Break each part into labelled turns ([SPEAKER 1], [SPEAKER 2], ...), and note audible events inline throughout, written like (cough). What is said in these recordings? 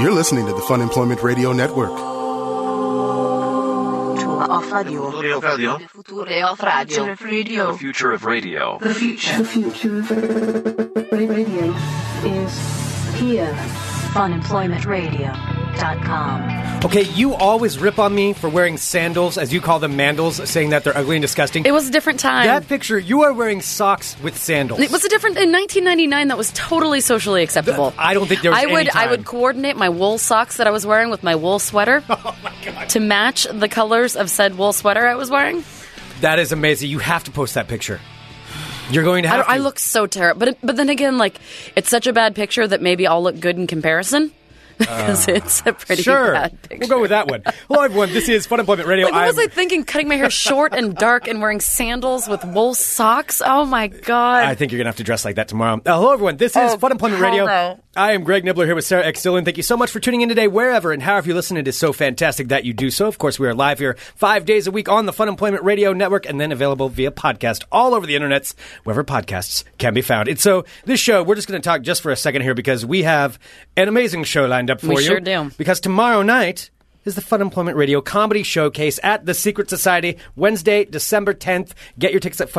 [SPEAKER 1] You're listening to the Fun Employment Radio Network.
[SPEAKER 2] Future of radio.
[SPEAKER 3] Audio Radio.
[SPEAKER 2] Future of radio.
[SPEAKER 3] The future of radio.
[SPEAKER 4] The future. The future of radio is here.
[SPEAKER 2] Funemploymentradio.com.
[SPEAKER 5] Okay, you always rip on me for wearing sandals, as you call them mandals, saying that they're ugly and disgusting.
[SPEAKER 6] It was a different time.
[SPEAKER 5] that picture, you are wearing socks with sandals.
[SPEAKER 6] it was a different in 1999. That was totally socially acceptable.
[SPEAKER 5] I don't think there was
[SPEAKER 6] I would
[SPEAKER 5] any time.
[SPEAKER 6] I would coordinate my wool socks that I was wearing with my
[SPEAKER 5] (laughs)
[SPEAKER 6] wool sweater
[SPEAKER 5] Oh
[SPEAKER 6] to match the colors of said wool sweater I was wearing.
[SPEAKER 5] that is amazing. You have to post that picture. You're going to
[SPEAKER 6] I,
[SPEAKER 5] have
[SPEAKER 6] don't,
[SPEAKER 5] to.
[SPEAKER 6] I look so terrible, but but then again, like it's such a bad picture that maybe I'll look good in comparison (laughs) because it's a pretty
[SPEAKER 5] Uh, Sure.
[SPEAKER 6] bad picture.
[SPEAKER 5] We'll go with that one. Hello, everyone. This is Fun Employment Radio.
[SPEAKER 6] Like, what was
[SPEAKER 5] I'm-
[SPEAKER 6] I thinking? Cutting my hair short and dark and wearing sandals with wool socks. Oh my god!
[SPEAKER 5] I think you're going to have to dress like that tomorrow. Uh, hello, everyone. This is
[SPEAKER 6] Oh,
[SPEAKER 5] Fun Employment Radio.
[SPEAKER 6] hello.
[SPEAKER 5] I am Greg Nibbler here with Sarah X. Dillon. Thank you so much for tuning in today, wherever and however you listen. It is so fantastic that you do so. Of course, we are live here five days a week on the Fun Employment Radio Network and then available via podcast all over the internets, wherever podcasts can be found. And so this show, we're just going to talk just for a second here because we have an amazing show lined up for
[SPEAKER 6] We
[SPEAKER 5] you.
[SPEAKER 6] sure do.
[SPEAKER 5] Because tomorrow night is the Fun Employment Radio Comedy Showcase at the Secret Society, Wednesday, December 10th. Get your tickets at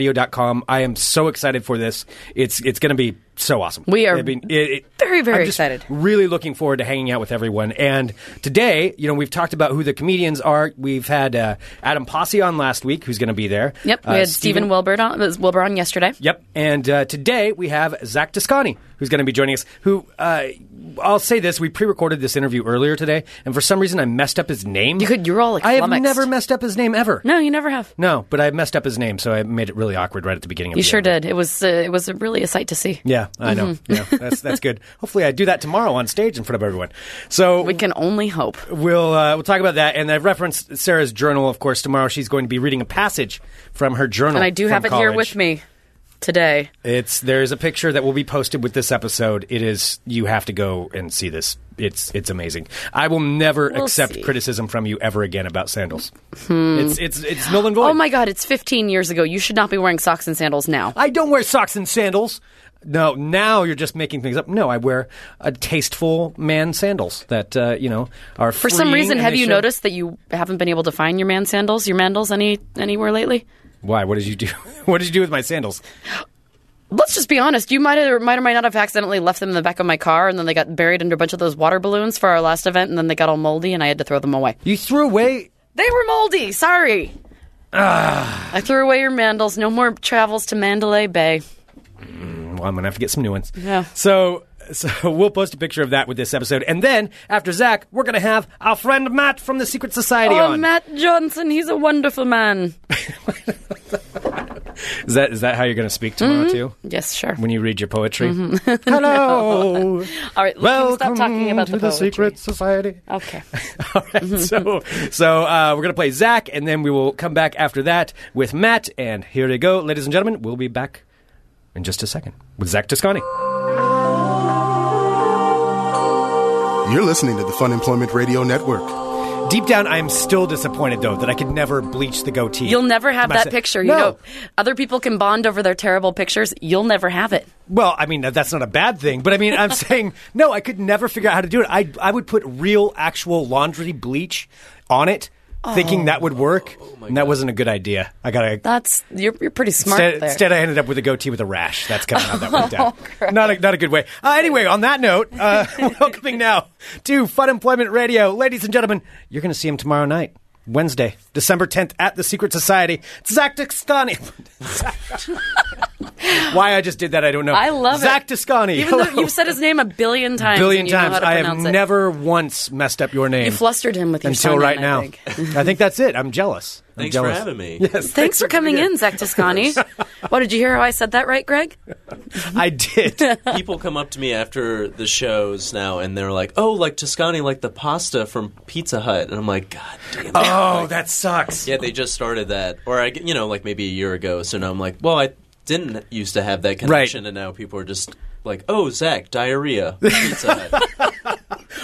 [SPEAKER 5] funemploymentradio.com. I am so excited for this. It's it's going to be so awesome.
[SPEAKER 6] We are
[SPEAKER 5] I mean, it- it-
[SPEAKER 6] very, very
[SPEAKER 5] I'm just
[SPEAKER 6] excited.
[SPEAKER 5] Really looking forward to hanging out with everyone. And today, you know, we've talked about who the comedians are. We've had uh, Adam Posse on last week, who's going to be there.
[SPEAKER 6] Yep, we
[SPEAKER 5] Uh,
[SPEAKER 6] had Stephen Wilbur on, was Wilbur on yesterday.
[SPEAKER 5] Yep. And uh, today we have Zach Toscani, who's going to be joining us. Who uh, I'll say this: we pre-recorded this interview earlier today, and for some reason I messed up his name.
[SPEAKER 6] You could- you're all, like,
[SPEAKER 5] I have
[SPEAKER 6] flummoxed.
[SPEAKER 5] never messed up his name ever.
[SPEAKER 6] No, you never have.
[SPEAKER 5] No, but I messed up his name, so I made it really awkward right at the beginning. Of
[SPEAKER 6] You
[SPEAKER 5] the
[SPEAKER 6] sure Mm-hmm.
[SPEAKER 5] interview.
[SPEAKER 6] did. It was uh, it was really a sight to see.
[SPEAKER 5] Yeah, I know. Yeah, that's that's
[SPEAKER 6] (laughs)
[SPEAKER 5] good. Hopefully, I do that tomorrow on stage in front of everyone. So
[SPEAKER 6] We can only hope.
[SPEAKER 5] We'll uh, we'll talk about that, and I referenced Sarah's journal. Of course, tomorrow she's going to be reading a passage from her journal,
[SPEAKER 6] And I do
[SPEAKER 5] from
[SPEAKER 6] have it here
[SPEAKER 5] college.
[SPEAKER 6] with me today.
[SPEAKER 5] It's there's a picture that will be posted with this episode. It is you have to go and see this. It's it's amazing. I will never
[SPEAKER 6] We'll
[SPEAKER 5] accept
[SPEAKER 6] see. Hmm.
[SPEAKER 5] criticism from you ever again about sandals. It's it's it's null and void.
[SPEAKER 6] Oh my god, it's 15 years ago. You should not be wearing socks and sandals now.
[SPEAKER 5] I don't wear socks and sandals. No, now you're just making things up. No, I wear a tasteful man sandals that uh, you know are
[SPEAKER 6] For some reason, have you noticed that you haven't been able to find your man sandals, your mandals, any anywhere lately?
[SPEAKER 5] Why? What did you do? (laughs) what did you do with my sandals?
[SPEAKER 6] Let's just be honest. You might or might or might not have accidentally left them in the back of my car, and then they got buried under a bunch of those water balloons for our last event, and then they got all moldy, and I had to throw them away.
[SPEAKER 5] You threw away.
[SPEAKER 6] They were moldy. Sorry.
[SPEAKER 5] Ah.
[SPEAKER 6] I threw away your mandals. No more travels to Mandalay Bay.
[SPEAKER 5] Well, I'm gonna have to get some new ones.
[SPEAKER 6] Yeah.
[SPEAKER 5] So. So (laughs) we'll post a picture of that with this episode, and then after Zach, we're gonna have our friend Matt from the Secret Society
[SPEAKER 6] Oh,
[SPEAKER 5] on.
[SPEAKER 6] Matt Johnson, he's a wonderful man.
[SPEAKER 5] Is that is that how you're gonna speak
[SPEAKER 6] Mm-hmm.
[SPEAKER 5] tomorrow too?
[SPEAKER 6] Yes, sure.
[SPEAKER 5] When you read your poetry? (laughs)
[SPEAKER 6] (laughs)
[SPEAKER 5] Hello,
[SPEAKER 6] All right,
[SPEAKER 5] welcome
[SPEAKER 6] can we Mm-hmm. stop talking about
[SPEAKER 5] to
[SPEAKER 6] the, poetry?
[SPEAKER 5] Secret
[SPEAKER 6] (laughs)
[SPEAKER 5] Society.
[SPEAKER 6] Okay.
[SPEAKER 5] All (laughs) right, so so uh, we're gonna play Zach, and then we will come back after that with Matt. And here they go, ladies and gentlemen. We'll be back in just a second with Zach Toscani.
[SPEAKER 1] You're listening to the Fun Employment Radio Network.
[SPEAKER 5] Deep down, I am still disappointed though that I could never bleach the goatee.
[SPEAKER 6] You'll never have
[SPEAKER 5] Myself-
[SPEAKER 6] that picture. You
[SPEAKER 5] No.
[SPEAKER 6] know, other people can bond over their terrible pictures. You'll never have it.
[SPEAKER 5] Well, I mean that's not a bad thing, but I mean I'm saying no, I could never figure out how to do it. I I would put real actual laundry bleach on it, thinking that would work, and that wasn't a good idea. I gotta.
[SPEAKER 6] That's you're, you're pretty smart
[SPEAKER 5] Instead,
[SPEAKER 6] there. Oh,
[SPEAKER 5] instead, I ended up with a goatee with a rash. That's kind of how that
[SPEAKER 6] (laughs)
[SPEAKER 5] worked out. Not a, not a good way. Uh, anyway, on that note, uh, (laughs) welcoming now to Fun Employment Radio. Ladies and gentlemen, you're going to see him tomorrow night, Wednesday, December 10th at the Secret Society. Zach Toscani. (laughs) Why I just did that, I don't know.
[SPEAKER 6] I love
[SPEAKER 5] Zach
[SPEAKER 6] it.
[SPEAKER 5] Toscani.
[SPEAKER 6] Even
[SPEAKER 5] (laughs)
[SPEAKER 6] though
[SPEAKER 5] Hello.
[SPEAKER 6] you've said his name a billion times,
[SPEAKER 5] billion
[SPEAKER 6] and you know
[SPEAKER 5] times,
[SPEAKER 6] how to
[SPEAKER 5] I have
[SPEAKER 6] pronounce it.
[SPEAKER 5] never once messed up your name.
[SPEAKER 6] You flustered him with your
[SPEAKER 5] until
[SPEAKER 6] son,
[SPEAKER 5] right
[SPEAKER 6] I
[SPEAKER 5] now.
[SPEAKER 6] think.
[SPEAKER 5] (laughs) I think that's it. I'm jealous. I'm
[SPEAKER 7] Thanks
[SPEAKER 5] jealous.
[SPEAKER 7] for having
[SPEAKER 5] (laughs)
[SPEAKER 7] me.
[SPEAKER 6] Thanks for coming in, Zach Toscani. what did you hear? How I said that right, Greg?
[SPEAKER 5] I did.
[SPEAKER 6] (laughs)
[SPEAKER 7] People come up to me after the shows now, and they're like, "Oh, like Toscani, like the pasta from Pizza Hut," and I'm like, "God damn it!"
[SPEAKER 5] Oh, that sucks.
[SPEAKER 7] Yeah, they just started that, or I, you know, like maybe a year ago. So now I'm like, "Well, I didn't used to have that connection," and now people are just like, "Oh, Zach, diarrhea,
[SPEAKER 5] (laughs)
[SPEAKER 7] Pizza Hut."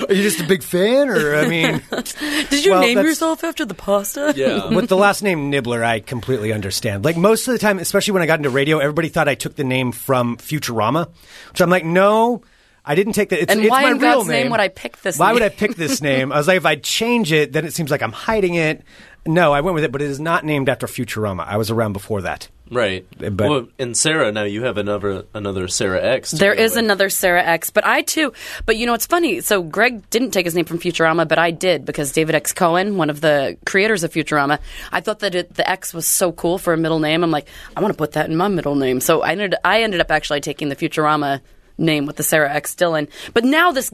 [SPEAKER 5] Are you just a big fan, or I mean,
[SPEAKER 6] Did you
[SPEAKER 5] Well,
[SPEAKER 6] name
[SPEAKER 5] that's-
[SPEAKER 6] yourself after the pasta?
[SPEAKER 7] Yeah,
[SPEAKER 5] (laughs) with the last name Nibbler, I completely understand. Like most of the time, especially when I got into radio, everybody thought I took the name from Futurama, which I'm like, no. I didn't take that. It's,
[SPEAKER 6] And
[SPEAKER 5] it's
[SPEAKER 6] why
[SPEAKER 5] my
[SPEAKER 6] in
[SPEAKER 5] real
[SPEAKER 6] God's name would I pick this
[SPEAKER 5] Why would I
[SPEAKER 6] name?
[SPEAKER 5] pick
[SPEAKER 6] (laughs)
[SPEAKER 5] this name? I was like, if I change it, then it seems like I'm hiding it. No, I went with it, but it is not named after Futurama. I was around before that.
[SPEAKER 7] Right.
[SPEAKER 5] But-
[SPEAKER 7] well, and Sarah, now you have another another Sarah X. to
[SPEAKER 6] There
[SPEAKER 7] deal
[SPEAKER 6] is
[SPEAKER 7] with.
[SPEAKER 6] another Sarah X, but I too. But you know, it's funny. So Greg didn't take his name from Futurama, but I did because David X. Cohen, one of the creators of Futurama, I thought that it, the X was so cool for a middle name. I'm like, I want to put that in my middle name. So I ended, I ended up actually taking the Futurama name with the Sarah X. Dillon. But now this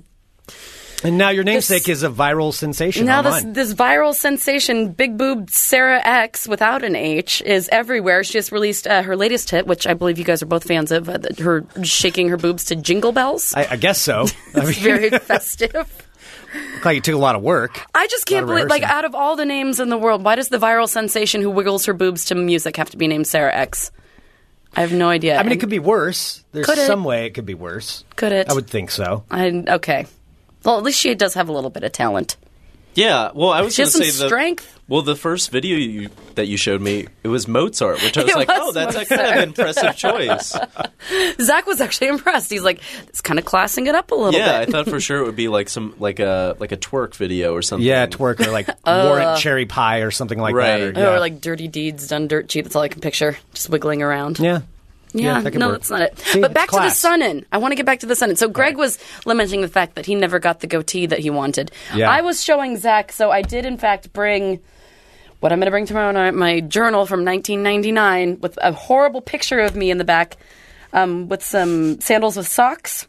[SPEAKER 5] And now your namesake is a viral sensation
[SPEAKER 6] now this
[SPEAKER 5] online.
[SPEAKER 6] this viral sensation, big boob Sarah X without an H, is everywhere. She just released uh, her latest hit, which I believe you guys are both fans of, uh, th- her shaking her boobs to jingle bells.
[SPEAKER 5] I, I guess
[SPEAKER 6] (laughs)
[SPEAKER 5] so. I mean,
[SPEAKER 6] it's very festive.
[SPEAKER 5] looked (laughs) like it took a lot of work.
[SPEAKER 6] I just can't
[SPEAKER 5] Not a
[SPEAKER 6] believe, like,
[SPEAKER 5] rehearsing.
[SPEAKER 6] out of all the names in the world, why does the viral sensation who wiggles her boobs to music have to be named Sarah X? I have no idea.
[SPEAKER 5] I mean, it could be worse. There's
[SPEAKER 6] Could it?
[SPEAKER 5] some way it could be worse.
[SPEAKER 6] Could it?
[SPEAKER 5] I would think so.
[SPEAKER 6] I, okay. Well, at least she does have a little bit of talent.
[SPEAKER 7] Yeah. Well, I was
[SPEAKER 6] She
[SPEAKER 7] going to
[SPEAKER 6] has some
[SPEAKER 7] say the
[SPEAKER 6] strength.
[SPEAKER 7] Well, the first video you, that you showed me, it was Mozart, which I
[SPEAKER 6] (laughs)
[SPEAKER 7] was
[SPEAKER 6] It
[SPEAKER 7] like,
[SPEAKER 6] was
[SPEAKER 7] oh, that's a kind of
[SPEAKER 6] (laughs)
[SPEAKER 7] impressive choice.
[SPEAKER 6] Zach was actually (laughs) impressed. He's like, it's kind of classing it up a little
[SPEAKER 7] yeah, I
[SPEAKER 6] bit.
[SPEAKER 7] thought for sure it would be like some like a like a twerk video or something.
[SPEAKER 5] Yeah, twerk or
[SPEAKER 6] (laughs)
[SPEAKER 5] like warrant cherry pie or something like that. Or,
[SPEAKER 7] Right.
[SPEAKER 5] yeah.
[SPEAKER 6] Uh. Or like dirty deeds done dirt cheap. That's all I can picture. Just wiggling around.
[SPEAKER 5] yeah.
[SPEAKER 6] Yeah,
[SPEAKER 5] that could
[SPEAKER 6] no,
[SPEAKER 5] work.
[SPEAKER 6] that's not it.
[SPEAKER 5] See,
[SPEAKER 6] but
[SPEAKER 5] it's
[SPEAKER 6] back to the
[SPEAKER 5] class.
[SPEAKER 6] sun in. I want to get back to the sun in. So Greg was lamenting the fact that he never got the goatee that he wanted.
[SPEAKER 5] Yeah.
[SPEAKER 6] I was showing Zach, so I did in fact bring what I'm going to bring tomorrow night, my journal from 1999 with a horrible picture of me in the back, um, with some sandals with socks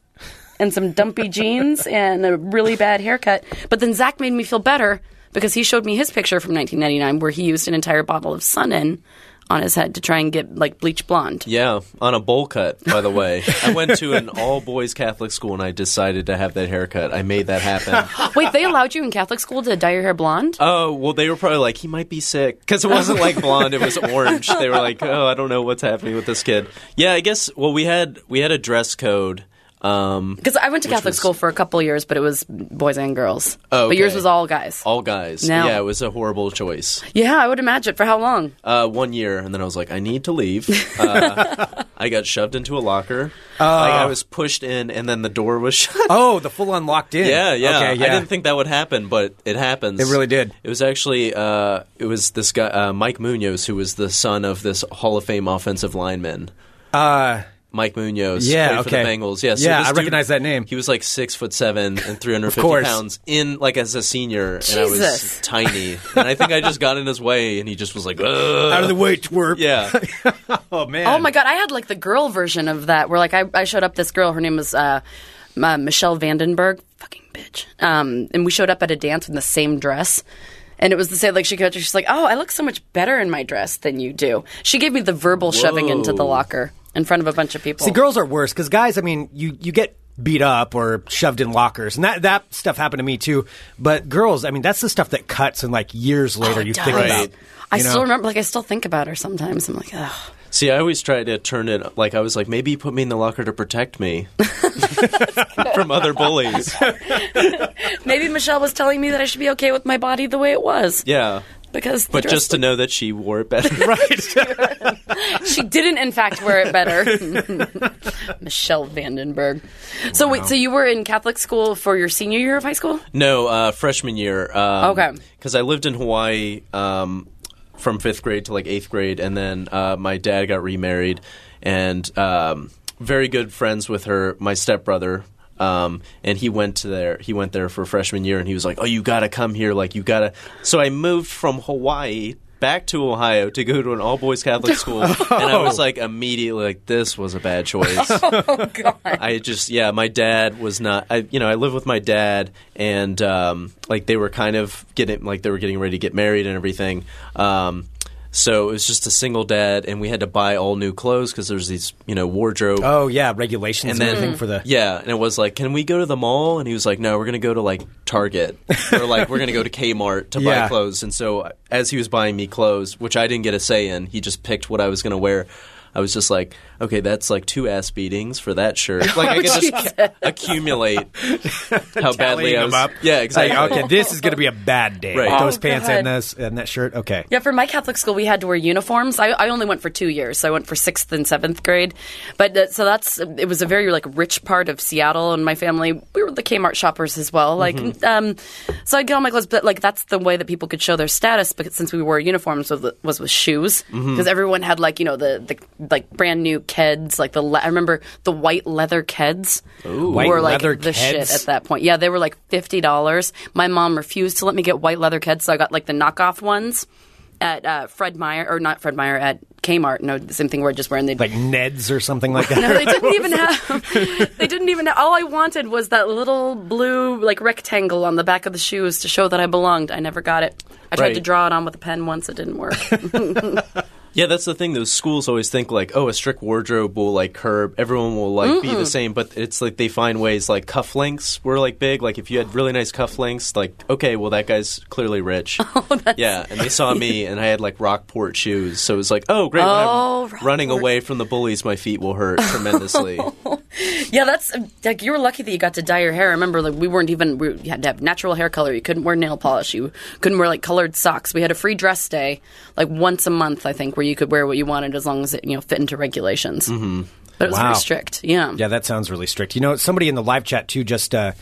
[SPEAKER 6] and some
[SPEAKER 5] (laughs)
[SPEAKER 6] dumpy jeans and a really bad haircut. But then Zach made me feel better because he showed me his picture from 1999 where he used an entire bottle of sun in on his head to try and get like bleach blonde.
[SPEAKER 7] Yeah, on a bowl cut, by the way. I went to an all boys Catholic school and I decided to have that haircut. I made
[SPEAKER 6] (laughs)
[SPEAKER 7] that happen.
[SPEAKER 6] Wait, they allowed you in Catholic school to dye your hair blonde?
[SPEAKER 7] Oh, well, they were probably like, he might be sick. Because it wasn't like blonde, it was orange. They were like, oh, I don't know what's happening with this kid. Yeah, I guess, well, we had we had a dress code. Um,
[SPEAKER 6] Because I went to
[SPEAKER 7] Which
[SPEAKER 6] Catholic
[SPEAKER 7] was-
[SPEAKER 6] school for a couple years, but it was boys and girls.
[SPEAKER 7] Oh,
[SPEAKER 6] But yours
[SPEAKER 7] okay.
[SPEAKER 6] was all guys.
[SPEAKER 7] all guys.
[SPEAKER 6] No.
[SPEAKER 7] Yeah, it was a horrible choice.
[SPEAKER 6] yeah, I would imagine. For how long?
[SPEAKER 7] Uh, one year, and then I was like, I need to leave. Uh, I got shoved into a locker. Like, I was pushed in, and then the door was (laughs) shut.
[SPEAKER 5] Oh, the full on locked in.
[SPEAKER 7] Yeah, yeah.
[SPEAKER 5] Okay, yeah.
[SPEAKER 7] I didn't think that would happen, but it happens.
[SPEAKER 5] It really did.
[SPEAKER 7] It was actually uh, it was this guy uh, Mike Munoz, who was the son of this Hall of Fame offensive lineman.
[SPEAKER 5] uh,
[SPEAKER 7] Mike Munoz,
[SPEAKER 5] Yeah,
[SPEAKER 7] played for
[SPEAKER 5] okay.
[SPEAKER 7] the Bengals. Yeah, so
[SPEAKER 5] Yeah,
[SPEAKER 7] this
[SPEAKER 5] I
[SPEAKER 7] dude-
[SPEAKER 5] recognize that name.
[SPEAKER 7] He was like six foot seven
[SPEAKER 5] (laughs)
[SPEAKER 7] and three hundred fifty
[SPEAKER 5] course.
[SPEAKER 7] pounds in like as a senior, and I
[SPEAKER 6] Jesus.
[SPEAKER 7] was
[SPEAKER 5] (laughs)
[SPEAKER 7] tiny. and I think I just got in his way, and he just was like, "Ugh."
[SPEAKER 5] out of the way, twerp.
[SPEAKER 7] (laughs) yeah,
[SPEAKER 5] Oh man.
[SPEAKER 6] Oh my god, I had like the girl version of that where like I, I showed up this girl, her name was uh, uh, Michelle Vandenberg, fucking bitch. Um, and we showed up at a dance in the same dress. And it was the same, like, she got she's like, oh, I look so much better in my dress than you do. She gave me the verbal shoving into the
[SPEAKER 7] Whoa.
[SPEAKER 6] locker in front of a bunch of people.
[SPEAKER 5] See, girls are worse because guys. I mean, you you get beat up or shoved in lockers, and that that stuff happened to me too. But girls, I mean, that's the stuff that cuts, and like years later,
[SPEAKER 6] Oh, it
[SPEAKER 5] you think
[SPEAKER 6] does.
[SPEAKER 5] about.
[SPEAKER 6] I
[SPEAKER 5] you know?
[SPEAKER 6] still remember, like, I still think about her sometimes. I'm like, ugh.
[SPEAKER 7] See, I always try to turn it like I was like, maybe he put me in the locker to protect me from
[SPEAKER 5] (laughs)
[SPEAKER 7] other bullies.
[SPEAKER 6] Maybe Michelle was telling me that I should be okay with my body the way it was.
[SPEAKER 7] Yeah.
[SPEAKER 6] Because the
[SPEAKER 7] But
[SPEAKER 6] dress-
[SPEAKER 7] just to know that she wore
[SPEAKER 5] (laughs)
[SPEAKER 7] it better.
[SPEAKER 6] she didn't, in fact, wear it better. (laughs) Michelle Vandenberg. So, wait, so you were in Catholic school for your senior year of high school?
[SPEAKER 7] No, uh, freshman year. Um,
[SPEAKER 6] Okay.
[SPEAKER 7] Because I lived in Hawaii um, from fifth grade to like eighth grade, and then uh, my dad got remarried, and um, very good friends with her, my stepbrother. Um, and he went to there. He went there for freshman year, and he was like, "Oh, you gotta come here! Like, you gotta." So I moved from Hawaii back to Ohio to go to an all boys Catholic school, and I was like, immediately, like, this was a bad choice. (laughs) I just yeah, my dad was not. I you know I live with my dad, and um, like they were kind of getting like they were getting ready to get married and everything. Um, so it was just a single dad, and we had to buy all new clothes because there's these you know wardrobe.
[SPEAKER 5] Oh yeah, regulations and,
[SPEAKER 7] And then-
[SPEAKER 5] everything for the.
[SPEAKER 7] Yeah, and it was like, can we go to the mall? And he was like, no, we're gonna go to like Target, or like we're gonna go to Kmart to
[SPEAKER 5] Yeah.
[SPEAKER 7] buy clothes. And so as he was buying me clothes, which I didn't get a say in, he just picked what I was gonna wear. I was just like, okay, that's like two ass beatings for
[SPEAKER 5] (laughs)
[SPEAKER 7] that shirt. Like I could just ca- accumulate how badly I
[SPEAKER 5] Tallying
[SPEAKER 7] was.
[SPEAKER 5] 'em up.
[SPEAKER 7] Yeah, exactly.
[SPEAKER 5] Like, okay, this is going to be a bad day.
[SPEAKER 7] Right.
[SPEAKER 5] Those
[SPEAKER 6] Oh,
[SPEAKER 5] pants
[SPEAKER 6] God.
[SPEAKER 5] and this and that shirt. Okay.
[SPEAKER 6] Yeah, for my Catholic school, we had to wear uniforms. I, I only went for two years, so I went for sixth and seventh grade. But that, so that's it was a very like rich part of Seattle, and my family we were the Kmart shoppers as well. Like,
[SPEAKER 5] Mm-hmm.
[SPEAKER 6] um, so I'd get all my clothes, but like that's the way that people could show their status. But since we wore uniforms, was, was with shoes because
[SPEAKER 5] Mm-hmm.
[SPEAKER 6] everyone had like you know the the like brand new Keds, like the le- I remember the white leather Keds
[SPEAKER 5] White
[SPEAKER 6] were like
[SPEAKER 5] leather
[SPEAKER 6] the shit
[SPEAKER 5] Keds?
[SPEAKER 6] at that point. Yeah, they were like fifty dollars. My mom refused to let me get white leather Keds, so I got like the knockoff ones at uh, Fred Meyer or not Fred Meyer at Kmart. No, the same thing. We're just wearing the.
[SPEAKER 5] Like Ned's or something
[SPEAKER 6] (laughs)
[SPEAKER 5] like that.
[SPEAKER 6] no, they (laughs) didn't even have. (laughs) They didn't even. All I wanted was that little blue like rectangle on the back of the shoes to show that I belonged. I never got it. I tried
[SPEAKER 7] Right.
[SPEAKER 6] to draw it on with a pen once. It didn't work. (laughs)
[SPEAKER 7] Yeah, that's the thing. Those schools always think like, oh, a strict wardrobe will like curb everyone will like be the same, but it's like they find ways like cufflinks were like big. Like if you had really nice cufflinks, like okay, well that guy's
[SPEAKER 6] (laughs)
[SPEAKER 7] clearly rich.
[SPEAKER 6] Oh,
[SPEAKER 7] yeah, and they saw me and I had like Rockport shoes, so it was like, oh great,
[SPEAKER 6] Oh,
[SPEAKER 7] when I'm running away from the bullies, my feet
[SPEAKER 6] (laughs)
[SPEAKER 7] will hurt tremendously.
[SPEAKER 6] Yeah, that's like you were lucky that you got to dye your hair. I remember, like we weren't even we you had to have natural hair color. You couldn't wear nail polish. You couldn't wear like colored socks. We had a free dress day, like once a month, I think, where you could wear what you wanted as long as it you know fit into regulations. Mm-hmm. But it was
[SPEAKER 5] Wow.
[SPEAKER 6] pretty strict. Yeah.
[SPEAKER 5] Yeah, that sounds really strict. You know, somebody in the live chat too just uh,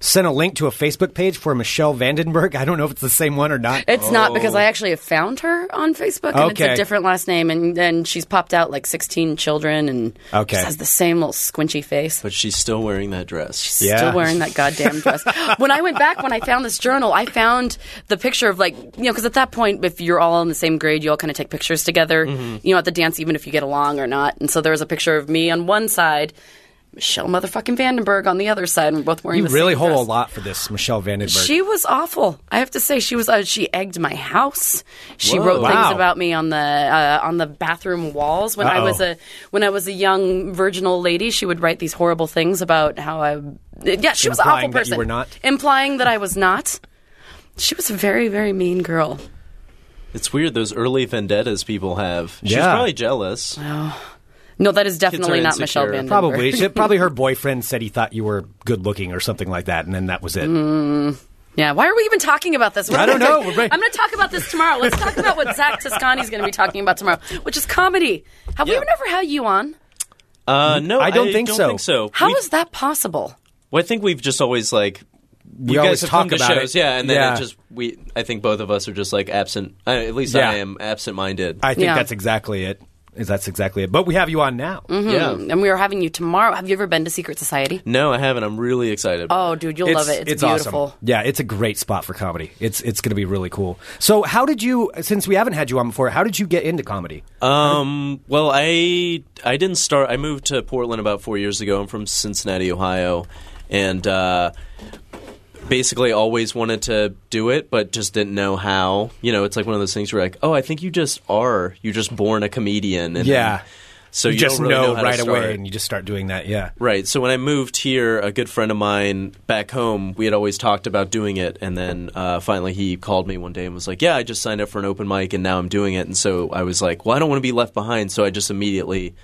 [SPEAKER 5] sent a link to a Facebook page for Michelle Vandenberg. (laughs) I don't know if it's the same one or not.
[SPEAKER 6] It's not because I actually have found her on Facebook and it's
[SPEAKER 5] Oh. Okay.
[SPEAKER 6] a different last name and, and she's popped out like 16 children and
[SPEAKER 5] Okay.
[SPEAKER 6] just has the same little squinchy face.
[SPEAKER 7] but she's still wearing that dress.
[SPEAKER 5] Yeah.
[SPEAKER 6] Still wearing that goddamn
[SPEAKER 5] (laughs)
[SPEAKER 6] dress. when I went back, when I found this journal, I found the picture of like, you know, because at that point, if you're all in the same grade, you all kind of take pictures together,
[SPEAKER 5] Mm-hmm.
[SPEAKER 6] you know, at the dance, even if you get along or not. And so there was a picture of me on one side, Michelle motherfucking Vandenberg on the other side, and we're both wearing
[SPEAKER 5] you
[SPEAKER 6] the
[SPEAKER 5] really
[SPEAKER 6] same
[SPEAKER 5] hold a
[SPEAKER 6] dress.
[SPEAKER 5] lot for this, Michelle Vandenberg.
[SPEAKER 6] She was awful. I have to say, she was. Uh, she egged my house. She
[SPEAKER 5] Whoa.
[SPEAKER 6] wrote
[SPEAKER 5] Wow.
[SPEAKER 6] things about me on the uh, on the bathroom walls when I
[SPEAKER 5] Uh-oh.
[SPEAKER 6] was a when I was a young virginal lady. She would write these horrible things about how I. Yeah, she was an awful
[SPEAKER 5] Implying that you
[SPEAKER 6] person.
[SPEAKER 5] were not?
[SPEAKER 6] implying that I was not. She was a very very mean girl.
[SPEAKER 7] It's weird those early vendettas people have. She's
[SPEAKER 5] Yeah.
[SPEAKER 7] probably jealous.
[SPEAKER 6] No, that is definitely not Michelle
[SPEAKER 7] insecure.
[SPEAKER 6] Vandenberg.
[SPEAKER 5] probably,
[SPEAKER 6] (laughs)
[SPEAKER 5] she, probably her boyfriend said he thought you were good looking or something like that, and then that was it.
[SPEAKER 6] Mm-hmm. Yeah, why are we even talking about this?
[SPEAKER 5] I don't know. We're right-
[SPEAKER 6] (laughs) I'm going to talk about this tomorrow. Let's talk about what Zach Toscani's going to be talking about tomorrow, which is comedy. Have
[SPEAKER 7] Yeah.
[SPEAKER 6] we ever had you on?
[SPEAKER 7] Uh, no,
[SPEAKER 5] I don't think so.
[SPEAKER 6] How is
[SPEAKER 7] We-
[SPEAKER 6] that possible?
[SPEAKER 7] Well, I think we've just always like
[SPEAKER 5] We
[SPEAKER 7] you
[SPEAKER 5] always
[SPEAKER 7] guys have come
[SPEAKER 5] talk
[SPEAKER 7] to
[SPEAKER 5] about
[SPEAKER 7] shows,
[SPEAKER 5] it.
[SPEAKER 7] yeah, and then
[SPEAKER 5] Yeah.
[SPEAKER 7] it just we. I think both of us are just like absent. Uh, at least
[SPEAKER 5] Yeah.
[SPEAKER 7] I am absent-minded.
[SPEAKER 5] I think
[SPEAKER 6] Yeah.
[SPEAKER 5] that's exactly it. Is that's exactly it. But we have you on now.
[SPEAKER 6] Mm-hmm.
[SPEAKER 7] yeah.
[SPEAKER 5] Mm-hmm.
[SPEAKER 6] And we are having you tomorrow. Have you ever been to Secret Society?
[SPEAKER 7] No, I haven't. I'm really excited.
[SPEAKER 6] Oh, dude, you'll love it. It's, beautiful.
[SPEAKER 5] awesome. Yeah, it's a great spot for comedy. It's it's going to be really cool. So, how did you? Since we haven't had you on before, how did you get into comedy?
[SPEAKER 7] Um. Well, I I didn't start. I moved to Portland about four years ago. I'm from Cincinnati, Ohio, and uh, basically always wanted to do it, but just didn't know how. You know, it's like one of those things where like, oh, I think you just are. You're just born a comedian. And
[SPEAKER 5] Yeah.
[SPEAKER 7] so
[SPEAKER 5] you,
[SPEAKER 7] you,
[SPEAKER 5] just
[SPEAKER 7] don't really know, how to
[SPEAKER 5] right
[SPEAKER 7] start.
[SPEAKER 5] away, and you just start doing that. Yeah.
[SPEAKER 7] Right. So when I moved here, a good friend of mine back home, we had always talked about doing it, and then uh, finally he called me one day and was like, "Yeah, I just signed up for an open mic, and now I'm doing it." And so I was like, "Well, I don't want to be left behind," so I just immediately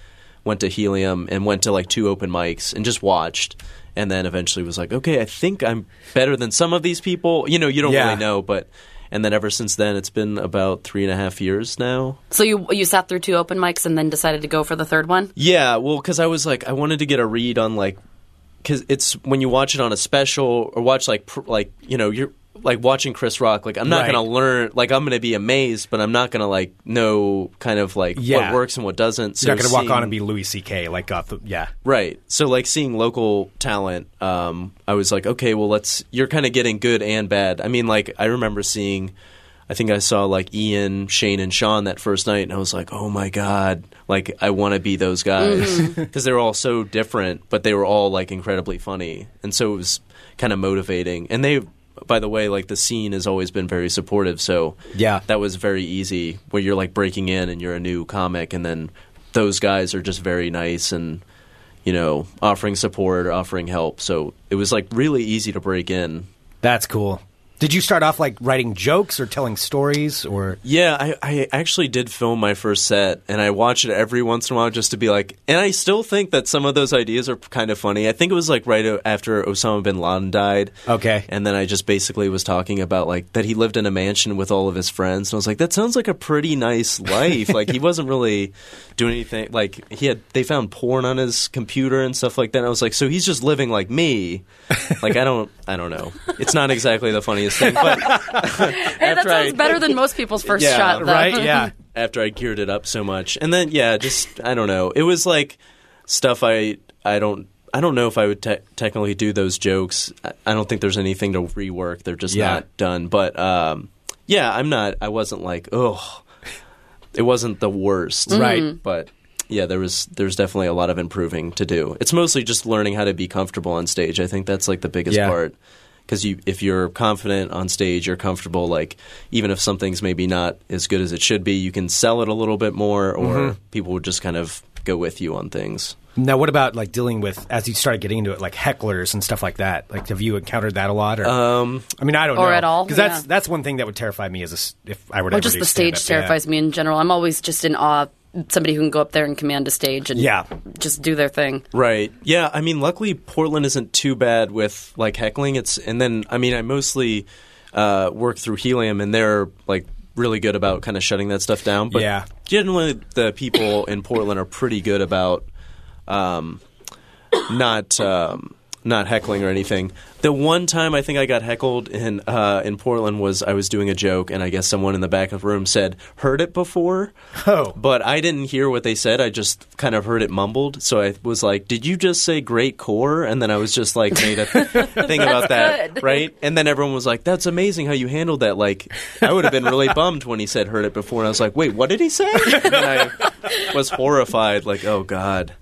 [SPEAKER 7] went to Helium and went to like two open mics and just watched, and then eventually was like, "Okay, I think I'm better than some of these people." You know, you don't
[SPEAKER 5] Yeah.
[SPEAKER 7] really know, but and then ever since then, it's been about three and a half years now.
[SPEAKER 6] So you you sat through two open mics and then decided to go for the third one?
[SPEAKER 7] Yeah, well, because I was like, I wanted to get a read on like, because it's when you watch it on a special or watch like pr- like you know you're like watching Chris Rock. Like I'm not
[SPEAKER 5] Right.
[SPEAKER 7] gonna learn. Like I'm gonna be amazed, but I'm not gonna like know kind of like
[SPEAKER 5] Yeah.
[SPEAKER 7] what works and what doesn't. So
[SPEAKER 5] You're not going to walk on
[SPEAKER 7] seeing-
[SPEAKER 5] and be Louis C.K. like off the yeah.
[SPEAKER 7] Right. So like seeing local talent, um, I was like, okay, well let's you're kind of getting good and bad. I mean, like I remember seeing I think I saw like Ian, Shane and Sean that first night and I was like, "Oh my god, like I want to be those guys." Cuz they were all so different, but they were all like incredibly funny. And so it was kind of motivating. And they by the way, like the scene has always been very supportive, so
[SPEAKER 5] Yeah.
[SPEAKER 7] that was very easy where you're like breaking in and you're a new comic and then those guys are just very nice and you know, offering support, offering help. So it was like really easy to break in.
[SPEAKER 5] That's cool. Did you start off like writing jokes or telling stories or
[SPEAKER 7] Yeah, I, I actually did film my first set, and I watch it every once in a while just to be like. And I still think that some of those ideas are kind of funny. I think it was like right o- after Osama bin Laden died.
[SPEAKER 5] Okay.
[SPEAKER 6] (laughs)
[SPEAKER 7] and then I just basically was talking about like that he lived in a mansion with all of his friends, and I was like, that sounds like a pretty nice life. like he wasn't really doing anything. Like he had they found porn on his computer and stuff like that. And I was like, so he's just living like me. Like I don't, I don't know. It's not exactly the funniest thing, but.
[SPEAKER 6] Hey, that
[SPEAKER 7] After I-
[SPEAKER 6] sounds (laughs) better than most people's first
[SPEAKER 7] Yeah,
[SPEAKER 6] shot,
[SPEAKER 5] (laughs)
[SPEAKER 6] though. (laughs)
[SPEAKER 5] right? Yeah.
[SPEAKER 7] after I geared it up so much. And then yeah, just I don't know. It was like stuff I I don't I don't know if I would te- technically do those jokes. I, I don't think there's anything to rework. They're just
[SPEAKER 5] Yeah.
[SPEAKER 7] not done. But um, yeah, I'm not. I wasn't like oh, it wasn't the worst,
[SPEAKER 5] Right. Mhm.
[SPEAKER 7] But yeah, there was there's definitely a lot of improving to do. It's mostly just learning how to be comfortable on stage. I think that's like the biggest
[SPEAKER 5] Yeah.
[SPEAKER 7] part because you if you're confident on stage you're comfortable like even if something's maybe not as good as it should be you can sell it a little bit more or people would just kind of go with you on things
[SPEAKER 5] Now, what about like dealing with as you started getting into it, like hecklers and stuff like that? Like, have you encountered that a lot? Or um, I mean, I don't know,
[SPEAKER 6] Or at all,
[SPEAKER 5] because that's
[SPEAKER 6] yeah.
[SPEAKER 5] that's one thing that would terrify me as a, s- if I were to
[SPEAKER 6] Or
[SPEAKER 5] ever
[SPEAKER 6] just
[SPEAKER 5] do
[SPEAKER 6] the stage
[SPEAKER 5] stand-up,
[SPEAKER 6] terrifies me in general. I'm always just in awe of somebody who can go up there and command a stage and
[SPEAKER 5] Yeah.
[SPEAKER 6] just do their thing.
[SPEAKER 7] right yeah i mean luckily portland isn't too bad with like heckling it's and then i mean i mostly uh, work through helium and they're like really good about kind of shutting that stuff down but
[SPEAKER 5] Yeah.
[SPEAKER 7] generally the people in portland are pretty good about um, not um, not heckling or anything. The one time I think I got heckled in uh, in Portland was I was doing a joke, and I guess someone in the back of the room said, "Heard it before,"
[SPEAKER 5] Oh.
[SPEAKER 7] but I didn't hear what they said. I just kind of heard it mumbled. So I was like, "Did you just say great core?" And then I was just like, made a thing about that,
[SPEAKER 6] good.
[SPEAKER 7] right? And then everyone was like, "That's amazing how you handled that." Like, I would have been really bummed when he said, "Heard it before," and I was like, "Wait, what did he say?" And then I was horrified, like, "Oh God."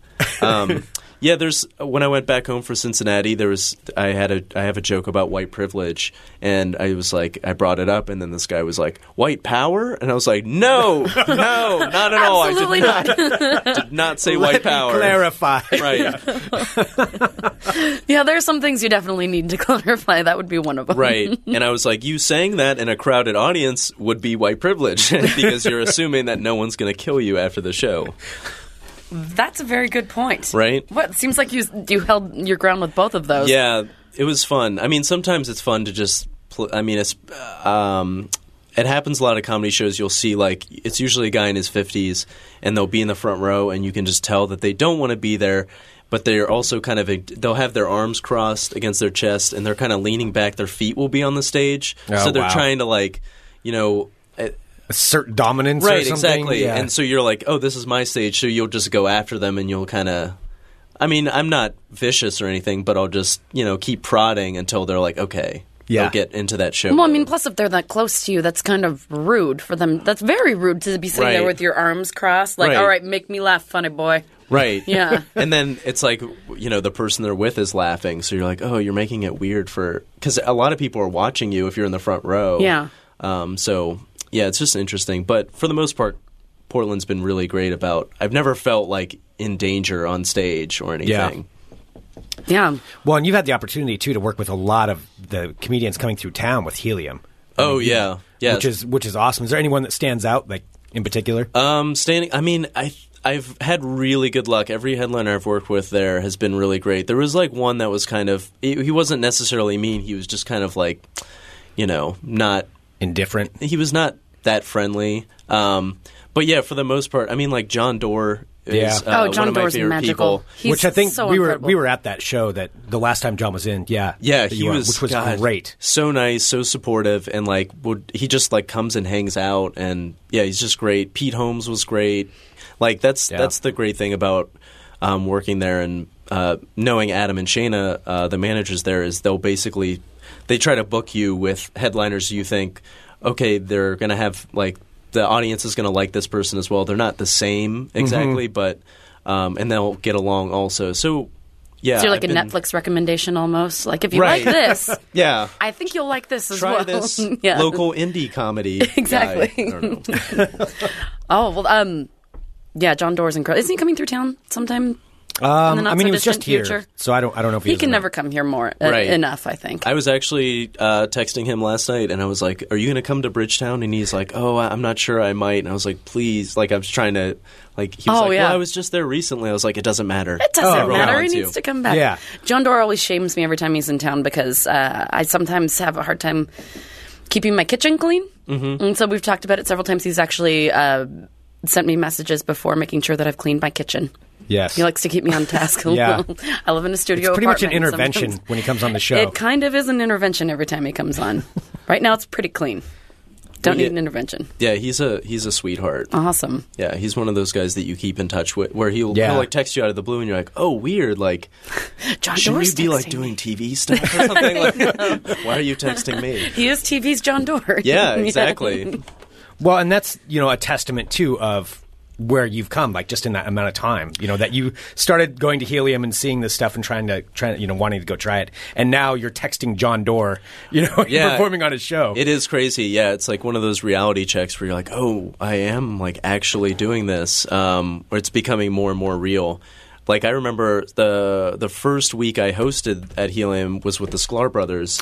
[SPEAKER 7] um, yeah, there's when I went back home for Cincinnati, there was I had a I have a joke about white privilege, and I was like I brought it up, and then this guy was like white power, and I was like no, no, not at all.
[SPEAKER 6] Absolutely
[SPEAKER 7] I did not, (laughs) did not say white power. (laughs)
[SPEAKER 5] Clarify.
[SPEAKER 7] Right,
[SPEAKER 6] Yeah, there are some things you definitely need to (laughs) clarify. That would be one of them.
[SPEAKER 7] right. And I was like, you saying that in a crowded audience would be white privilege (laughs) because you're assuming that no one's going to kill you after the show.
[SPEAKER 6] That's a very good point.
[SPEAKER 7] Right.
[SPEAKER 6] What seems like you you held your ground with both of those.
[SPEAKER 7] Yeah, it was fun. I mean, sometimes it's fun to just. Pl- I mean, it's. Um, it happens a lot of comedy shows. You'll see like it's usually a guy in his fifties, and they'll be in the front row, and you can just tell that they don't want to be there. But they're also kind of they'll have their arms crossed against their chest, and they're kind of leaning back. Their feet will be on the stage, so they're
[SPEAKER 5] wow.
[SPEAKER 7] trying to like, you know, eh,
[SPEAKER 5] Assert dominance, or
[SPEAKER 7] right?
[SPEAKER 5] something.
[SPEAKER 7] Exactly.
[SPEAKER 5] Yeah.
[SPEAKER 7] And so you're like, oh, this is my stage, so you'll just go after them, and you'll kind of. I mean, I'm not vicious or anything, but I'll just you know keep prodding until they're like, okay,
[SPEAKER 5] Yeah.
[SPEAKER 7] they'll get into that show.
[SPEAKER 6] Well, I mean,
[SPEAKER 7] mode.
[SPEAKER 6] plus if they're that close to you, that's kind of rude for them. That's very rude to be sitting there
[SPEAKER 7] Right.
[SPEAKER 6] with your arms crossed, like,
[SPEAKER 7] Right.
[SPEAKER 6] "All right, make me laugh, funny boy."
[SPEAKER 7] right?
[SPEAKER 6] (laughs) Yeah.
[SPEAKER 7] (laughs) and then it's like you know the person they're with is laughing, so you're like, oh, you're making it weird for because a lot of people are watching you if you're in the front row.
[SPEAKER 6] Yeah.
[SPEAKER 7] Um. So yeah, it's just interesting, but for the most part. Portland's been really great about. I've never felt like in danger on stage or anything.
[SPEAKER 6] Yeah.
[SPEAKER 5] well, and you've had the opportunity too to work with a lot of the comedians coming through town with Helium.
[SPEAKER 7] Oh yeah, yeah.
[SPEAKER 5] which is which is awesome. Is there anyone that stands out like in particular?
[SPEAKER 7] um, standing. I mean, I I've had really good luck. Every headliner I've worked with there has been really great. There was like one that was kind of he he wasn't necessarily mean. He was just kind of like, you know, not
[SPEAKER 5] Indifferent.
[SPEAKER 7] he was not that friendly. Um, but yeah, for the most part, I mean, like John Doerr. Is,
[SPEAKER 5] Yeah.
[SPEAKER 7] uh,
[SPEAKER 6] oh, John
[SPEAKER 7] one of my
[SPEAKER 6] Doerr's
[SPEAKER 7] favorite
[SPEAKER 6] magical.
[SPEAKER 7] people.
[SPEAKER 6] He's
[SPEAKER 5] which I think
[SPEAKER 6] so
[SPEAKER 5] we were
[SPEAKER 6] incredible.
[SPEAKER 5] we were at that show that the last time John was in. Yeah,
[SPEAKER 7] Yeah,
[SPEAKER 5] that
[SPEAKER 7] he
[SPEAKER 5] you were,
[SPEAKER 7] was,
[SPEAKER 5] which was
[SPEAKER 7] God,
[SPEAKER 5] great.
[SPEAKER 7] so nice, so supportive, and like would he just like comes and hangs out, and yeah, he's just great. Pete Holmes was great. Like that's
[SPEAKER 5] Yeah.
[SPEAKER 7] that's the great thing about um, working there and uh, knowing Adam and Shayna, uh, the managers there, is they'll basically they try to book you with headliners you think okay they're gonna have like the audience is gonna like this person as well. They're not the same
[SPEAKER 5] Mm-hmm.
[SPEAKER 7] exactly, but um, and they'll get along also. So. Yeah,
[SPEAKER 6] So you're like
[SPEAKER 7] I've
[SPEAKER 6] a
[SPEAKER 7] been-
[SPEAKER 6] Netflix recommendation almost. Like if you
[SPEAKER 7] Right.
[SPEAKER 6] like
[SPEAKER 7] (laughs)
[SPEAKER 6] this,
[SPEAKER 7] Yeah,
[SPEAKER 6] I think you'll like this as
[SPEAKER 7] try
[SPEAKER 6] well.
[SPEAKER 7] this
[SPEAKER 6] (laughs) yeah.
[SPEAKER 7] local indie comedy.
[SPEAKER 6] (laughs) Exactly.
[SPEAKER 7] guy. I don't know.
[SPEAKER 6] Oh well, um, yeah. John Doerr's incredible. Isn't he coming through town sometime? Um,
[SPEAKER 5] I mean, he was just here, so I don't. I don't know if he,
[SPEAKER 6] He
[SPEAKER 5] was
[SPEAKER 6] can
[SPEAKER 5] around.
[SPEAKER 6] never come here more uh,
[SPEAKER 7] Right.
[SPEAKER 6] enough. I think.
[SPEAKER 7] I was actually uh, texting him last night, and I was like, "Are you going to come to Bridgetown?" And he's like, "Oh, I- I'm not sure. I might." And I was like, "Please!" Like I was trying to, like he was
[SPEAKER 6] Oh,
[SPEAKER 7] like,
[SPEAKER 6] yeah.
[SPEAKER 7] "Well, I was just there recently." I was like, "It doesn't matter.
[SPEAKER 6] It doesn't
[SPEAKER 7] Everyone
[SPEAKER 6] matter. He
[SPEAKER 7] wants
[SPEAKER 6] needs
[SPEAKER 7] you.
[SPEAKER 6] to come back.
[SPEAKER 5] Yeah.
[SPEAKER 6] John Doerr always shames me every time he's in town because uh, I sometimes have a hard time keeping my kitchen clean. Mm-hmm. And so we've talked about it several times. He's actually uh, sent me messages before making sure that I've cleaned my kitchen.
[SPEAKER 5] Yes.
[SPEAKER 6] He likes to keep me on task.
[SPEAKER 5] Yeah.
[SPEAKER 6] (laughs) I live in a studio.
[SPEAKER 5] It's pretty much an
[SPEAKER 6] apartment, and
[SPEAKER 5] intervention
[SPEAKER 6] sometimes-
[SPEAKER 5] when he comes on the show.
[SPEAKER 6] (laughs) It kind of is an intervention every time he comes on. right now, it's pretty clean. Don't
[SPEAKER 7] We
[SPEAKER 6] need
[SPEAKER 7] get-
[SPEAKER 6] an intervention.
[SPEAKER 7] Yeah, he's a he's a sweetheart.
[SPEAKER 6] Awesome.
[SPEAKER 7] Yeah, he's one of those guys that you keep in touch with, where he'll,
[SPEAKER 5] Yeah.
[SPEAKER 7] he'll like text you out of the blue, and you're like, "Oh, weird. Like,
[SPEAKER 6] John
[SPEAKER 7] shouldn't
[SPEAKER 6] Doerr's
[SPEAKER 7] you be like
[SPEAKER 6] texting
[SPEAKER 7] doing
[SPEAKER 6] me.
[SPEAKER 7] TV stuff
[SPEAKER 6] (laughs)
[SPEAKER 7] or something? Like, why are you texting me?"
[SPEAKER 6] He is TV's John Doerr. (laughs)
[SPEAKER 7] Yeah, exactly.
[SPEAKER 5] Well, and that's you know a testament too of where you've come, like just in that amount of time. You know that you started going to Helium and seeing this stuff and trying to trying to, you know wanting to go try it, and now you're texting John Doerr, you know, (laughs)
[SPEAKER 7] Yeah.
[SPEAKER 5] performing on his show.
[SPEAKER 7] It is crazy. Yeah, it's like one of those reality checks where you're like, "Oh, I am like actually doing this." Um, or it's becoming more and more real. Like I remember the the first week I hosted at Helium was with the Sklar brothers,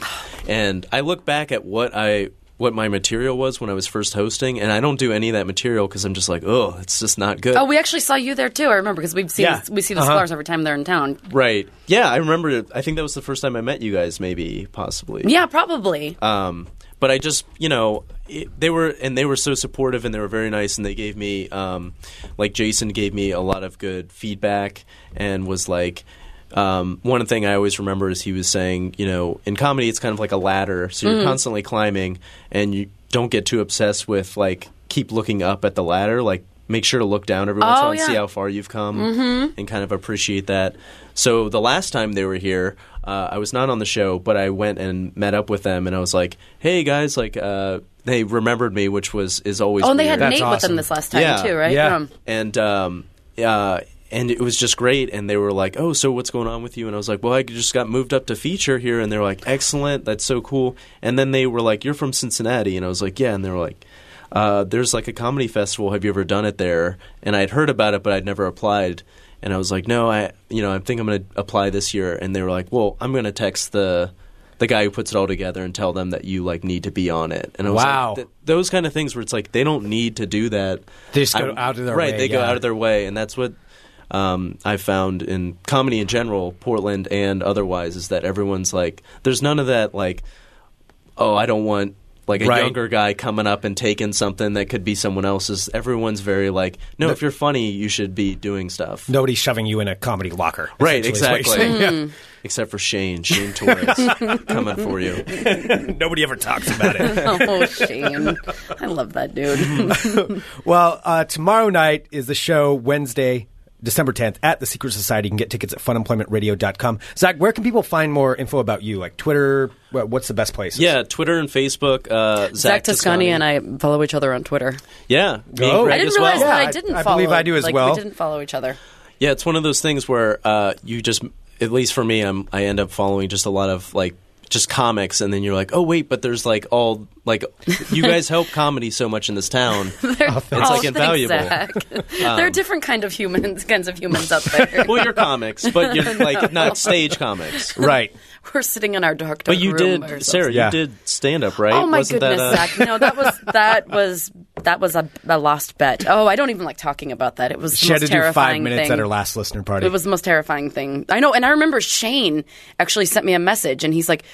[SPEAKER 7] and I look back at what I what my material was when I was first hosting, and I don't do any of that material because I'm just like, "Oh, it's just not good."
[SPEAKER 6] Oh, we actually saw you there too. I remember because we've seen
[SPEAKER 5] Yeah.
[SPEAKER 6] we see the
[SPEAKER 5] Uh-huh.
[SPEAKER 6] scholars every time they're in town.
[SPEAKER 7] right? Yeah, I remember. it- I think that was the first time I met you guys, maybe possibly.
[SPEAKER 6] Yeah, probably.
[SPEAKER 7] Um, but I just, you know, it, they were and they were so supportive and they were very nice and they gave me, um, like Jason gave me a lot of good feedback and was like. Um, one thing I always remember is he was saying, you know, in comedy it's kind of like a ladder, so
[SPEAKER 6] Mm-hmm.
[SPEAKER 7] you're constantly climbing, and you don't get too obsessed with like keep looking up at the ladder. Like, make sure to look down every once in a
[SPEAKER 6] Oh,
[SPEAKER 7] while and see
[SPEAKER 6] yeah.
[SPEAKER 7] how far you've come,
[SPEAKER 6] Mm-hmm.
[SPEAKER 7] and kind of appreciate that. So the last time they were here, uh, I was not on the show, but I went and met up with them, and I was like, "Hey guys, like uh, they remembered me, which was is always
[SPEAKER 6] oh, and they had
[SPEAKER 7] weird.
[SPEAKER 5] That's
[SPEAKER 6] Nate with
[SPEAKER 5] awesome.
[SPEAKER 6] them this last time
[SPEAKER 7] Yeah.
[SPEAKER 6] too, right?
[SPEAKER 5] Yeah.
[SPEAKER 7] and um, uh, and it was just great. And they were like, "Oh, so what's going on with you?" And I was like, "Well, I just got moved up to feature here." And they were like, "Excellent, that's so cool." And then they were like, "You're from Cincinnati," and I was like, "Yeah." And they were like. Uh, there's like a comedy festival. Have you ever done it there? And I'd heard about it, but I'd never applied. And I was like, no, I, you know, I think I'm going to apply this year. And they were like, well, I'm going to text the, the guy who puts it all together and tell them that you like need to be on it. And I was
[SPEAKER 5] Wow.
[SPEAKER 7] like, th- those kind of things where it's like they don't need to do that.
[SPEAKER 5] They just go
[SPEAKER 7] I'm-
[SPEAKER 5] out of their
[SPEAKER 7] right,
[SPEAKER 5] way,
[SPEAKER 7] they go
[SPEAKER 5] yeah.
[SPEAKER 7] out of their way, and that's what um, I found in comedy in general, Portland and otherwise, is that everyone's like, there's none of that like, oh, I don't want like a
[SPEAKER 5] Right.
[SPEAKER 7] younger guy coming up and taking something that could be someone else's. Everyone's very like, no, if you're funny, you should be doing stuff.
[SPEAKER 5] Nobody's shoving you in a comedy locker.
[SPEAKER 7] Right,
[SPEAKER 5] essentially, is what you're
[SPEAKER 7] exactly. Hmm.
[SPEAKER 5] saying.
[SPEAKER 7] Except for Shane, Shane Torres coming for you.
[SPEAKER 5] (laughs) Yeah.
[SPEAKER 6] Mm-hmm.
[SPEAKER 5] Nobody ever talks about
[SPEAKER 6] (laughs)
[SPEAKER 5] it.
[SPEAKER 6] (laughs) oh, Shane, I love that dude.
[SPEAKER 5] Well, uh, tomorrow night is the show Wednesday, December 10th at the Secret Society. You can get tickets at funemploymentradio.com. Zach, where can people find more info about you? Like Twitter? Wh- What's the best place?
[SPEAKER 6] (laughs)
[SPEAKER 7] Yeah, Twitter and Facebook. Uh,
[SPEAKER 6] Zach
[SPEAKER 7] Zach,
[SPEAKER 6] Toscani and I follow each other on Twitter.
[SPEAKER 7] Yeah, me and
[SPEAKER 5] Oh.
[SPEAKER 7] Greg
[SPEAKER 6] I didn't
[SPEAKER 7] as
[SPEAKER 6] realize
[SPEAKER 7] well.
[SPEAKER 5] Yeah,
[SPEAKER 6] that
[SPEAKER 5] I-
[SPEAKER 6] I didn't.
[SPEAKER 5] I
[SPEAKER 6] follow,
[SPEAKER 5] believe I do as
[SPEAKER 6] like,
[SPEAKER 5] well.
[SPEAKER 6] We didn't follow each other.
[SPEAKER 7] Yeah, it's one of those things where uh, you just, at least for me, I'm, I end up following just a lot of like just comics, and then you're like, oh wait, but there's like all like you guys help comedy so much in this town.
[SPEAKER 6] it's
[SPEAKER 7] like, invaluable.
[SPEAKER 6] Oh, there are different kind of humans, kinds of humans out there.
[SPEAKER 7] (laughs) well, you're comics, but (laughs) you're like not stage comics.
[SPEAKER 5] Right.
[SPEAKER 6] We're sitting in our dark, dark
[SPEAKER 7] But you
[SPEAKER 6] room by
[SPEAKER 7] did,
[SPEAKER 6] ourselves.
[SPEAKER 7] Sarah.
[SPEAKER 5] Yeah.
[SPEAKER 7] You did stand up, right?
[SPEAKER 6] Oh my
[SPEAKER 7] Wasn't
[SPEAKER 6] goodness,
[SPEAKER 7] that, uh,
[SPEAKER 6] Zach! No, that was that was that was a, a lost bet. Oh, I don't even like talking about that. It was the
[SPEAKER 5] She had
[SPEAKER 6] most
[SPEAKER 5] to do five
[SPEAKER 6] terrifying
[SPEAKER 5] minutes
[SPEAKER 6] thing.
[SPEAKER 5] at her last listener party.
[SPEAKER 6] It was the most terrifying thing. I know. And I remember Shane actually sent me a message and he's like,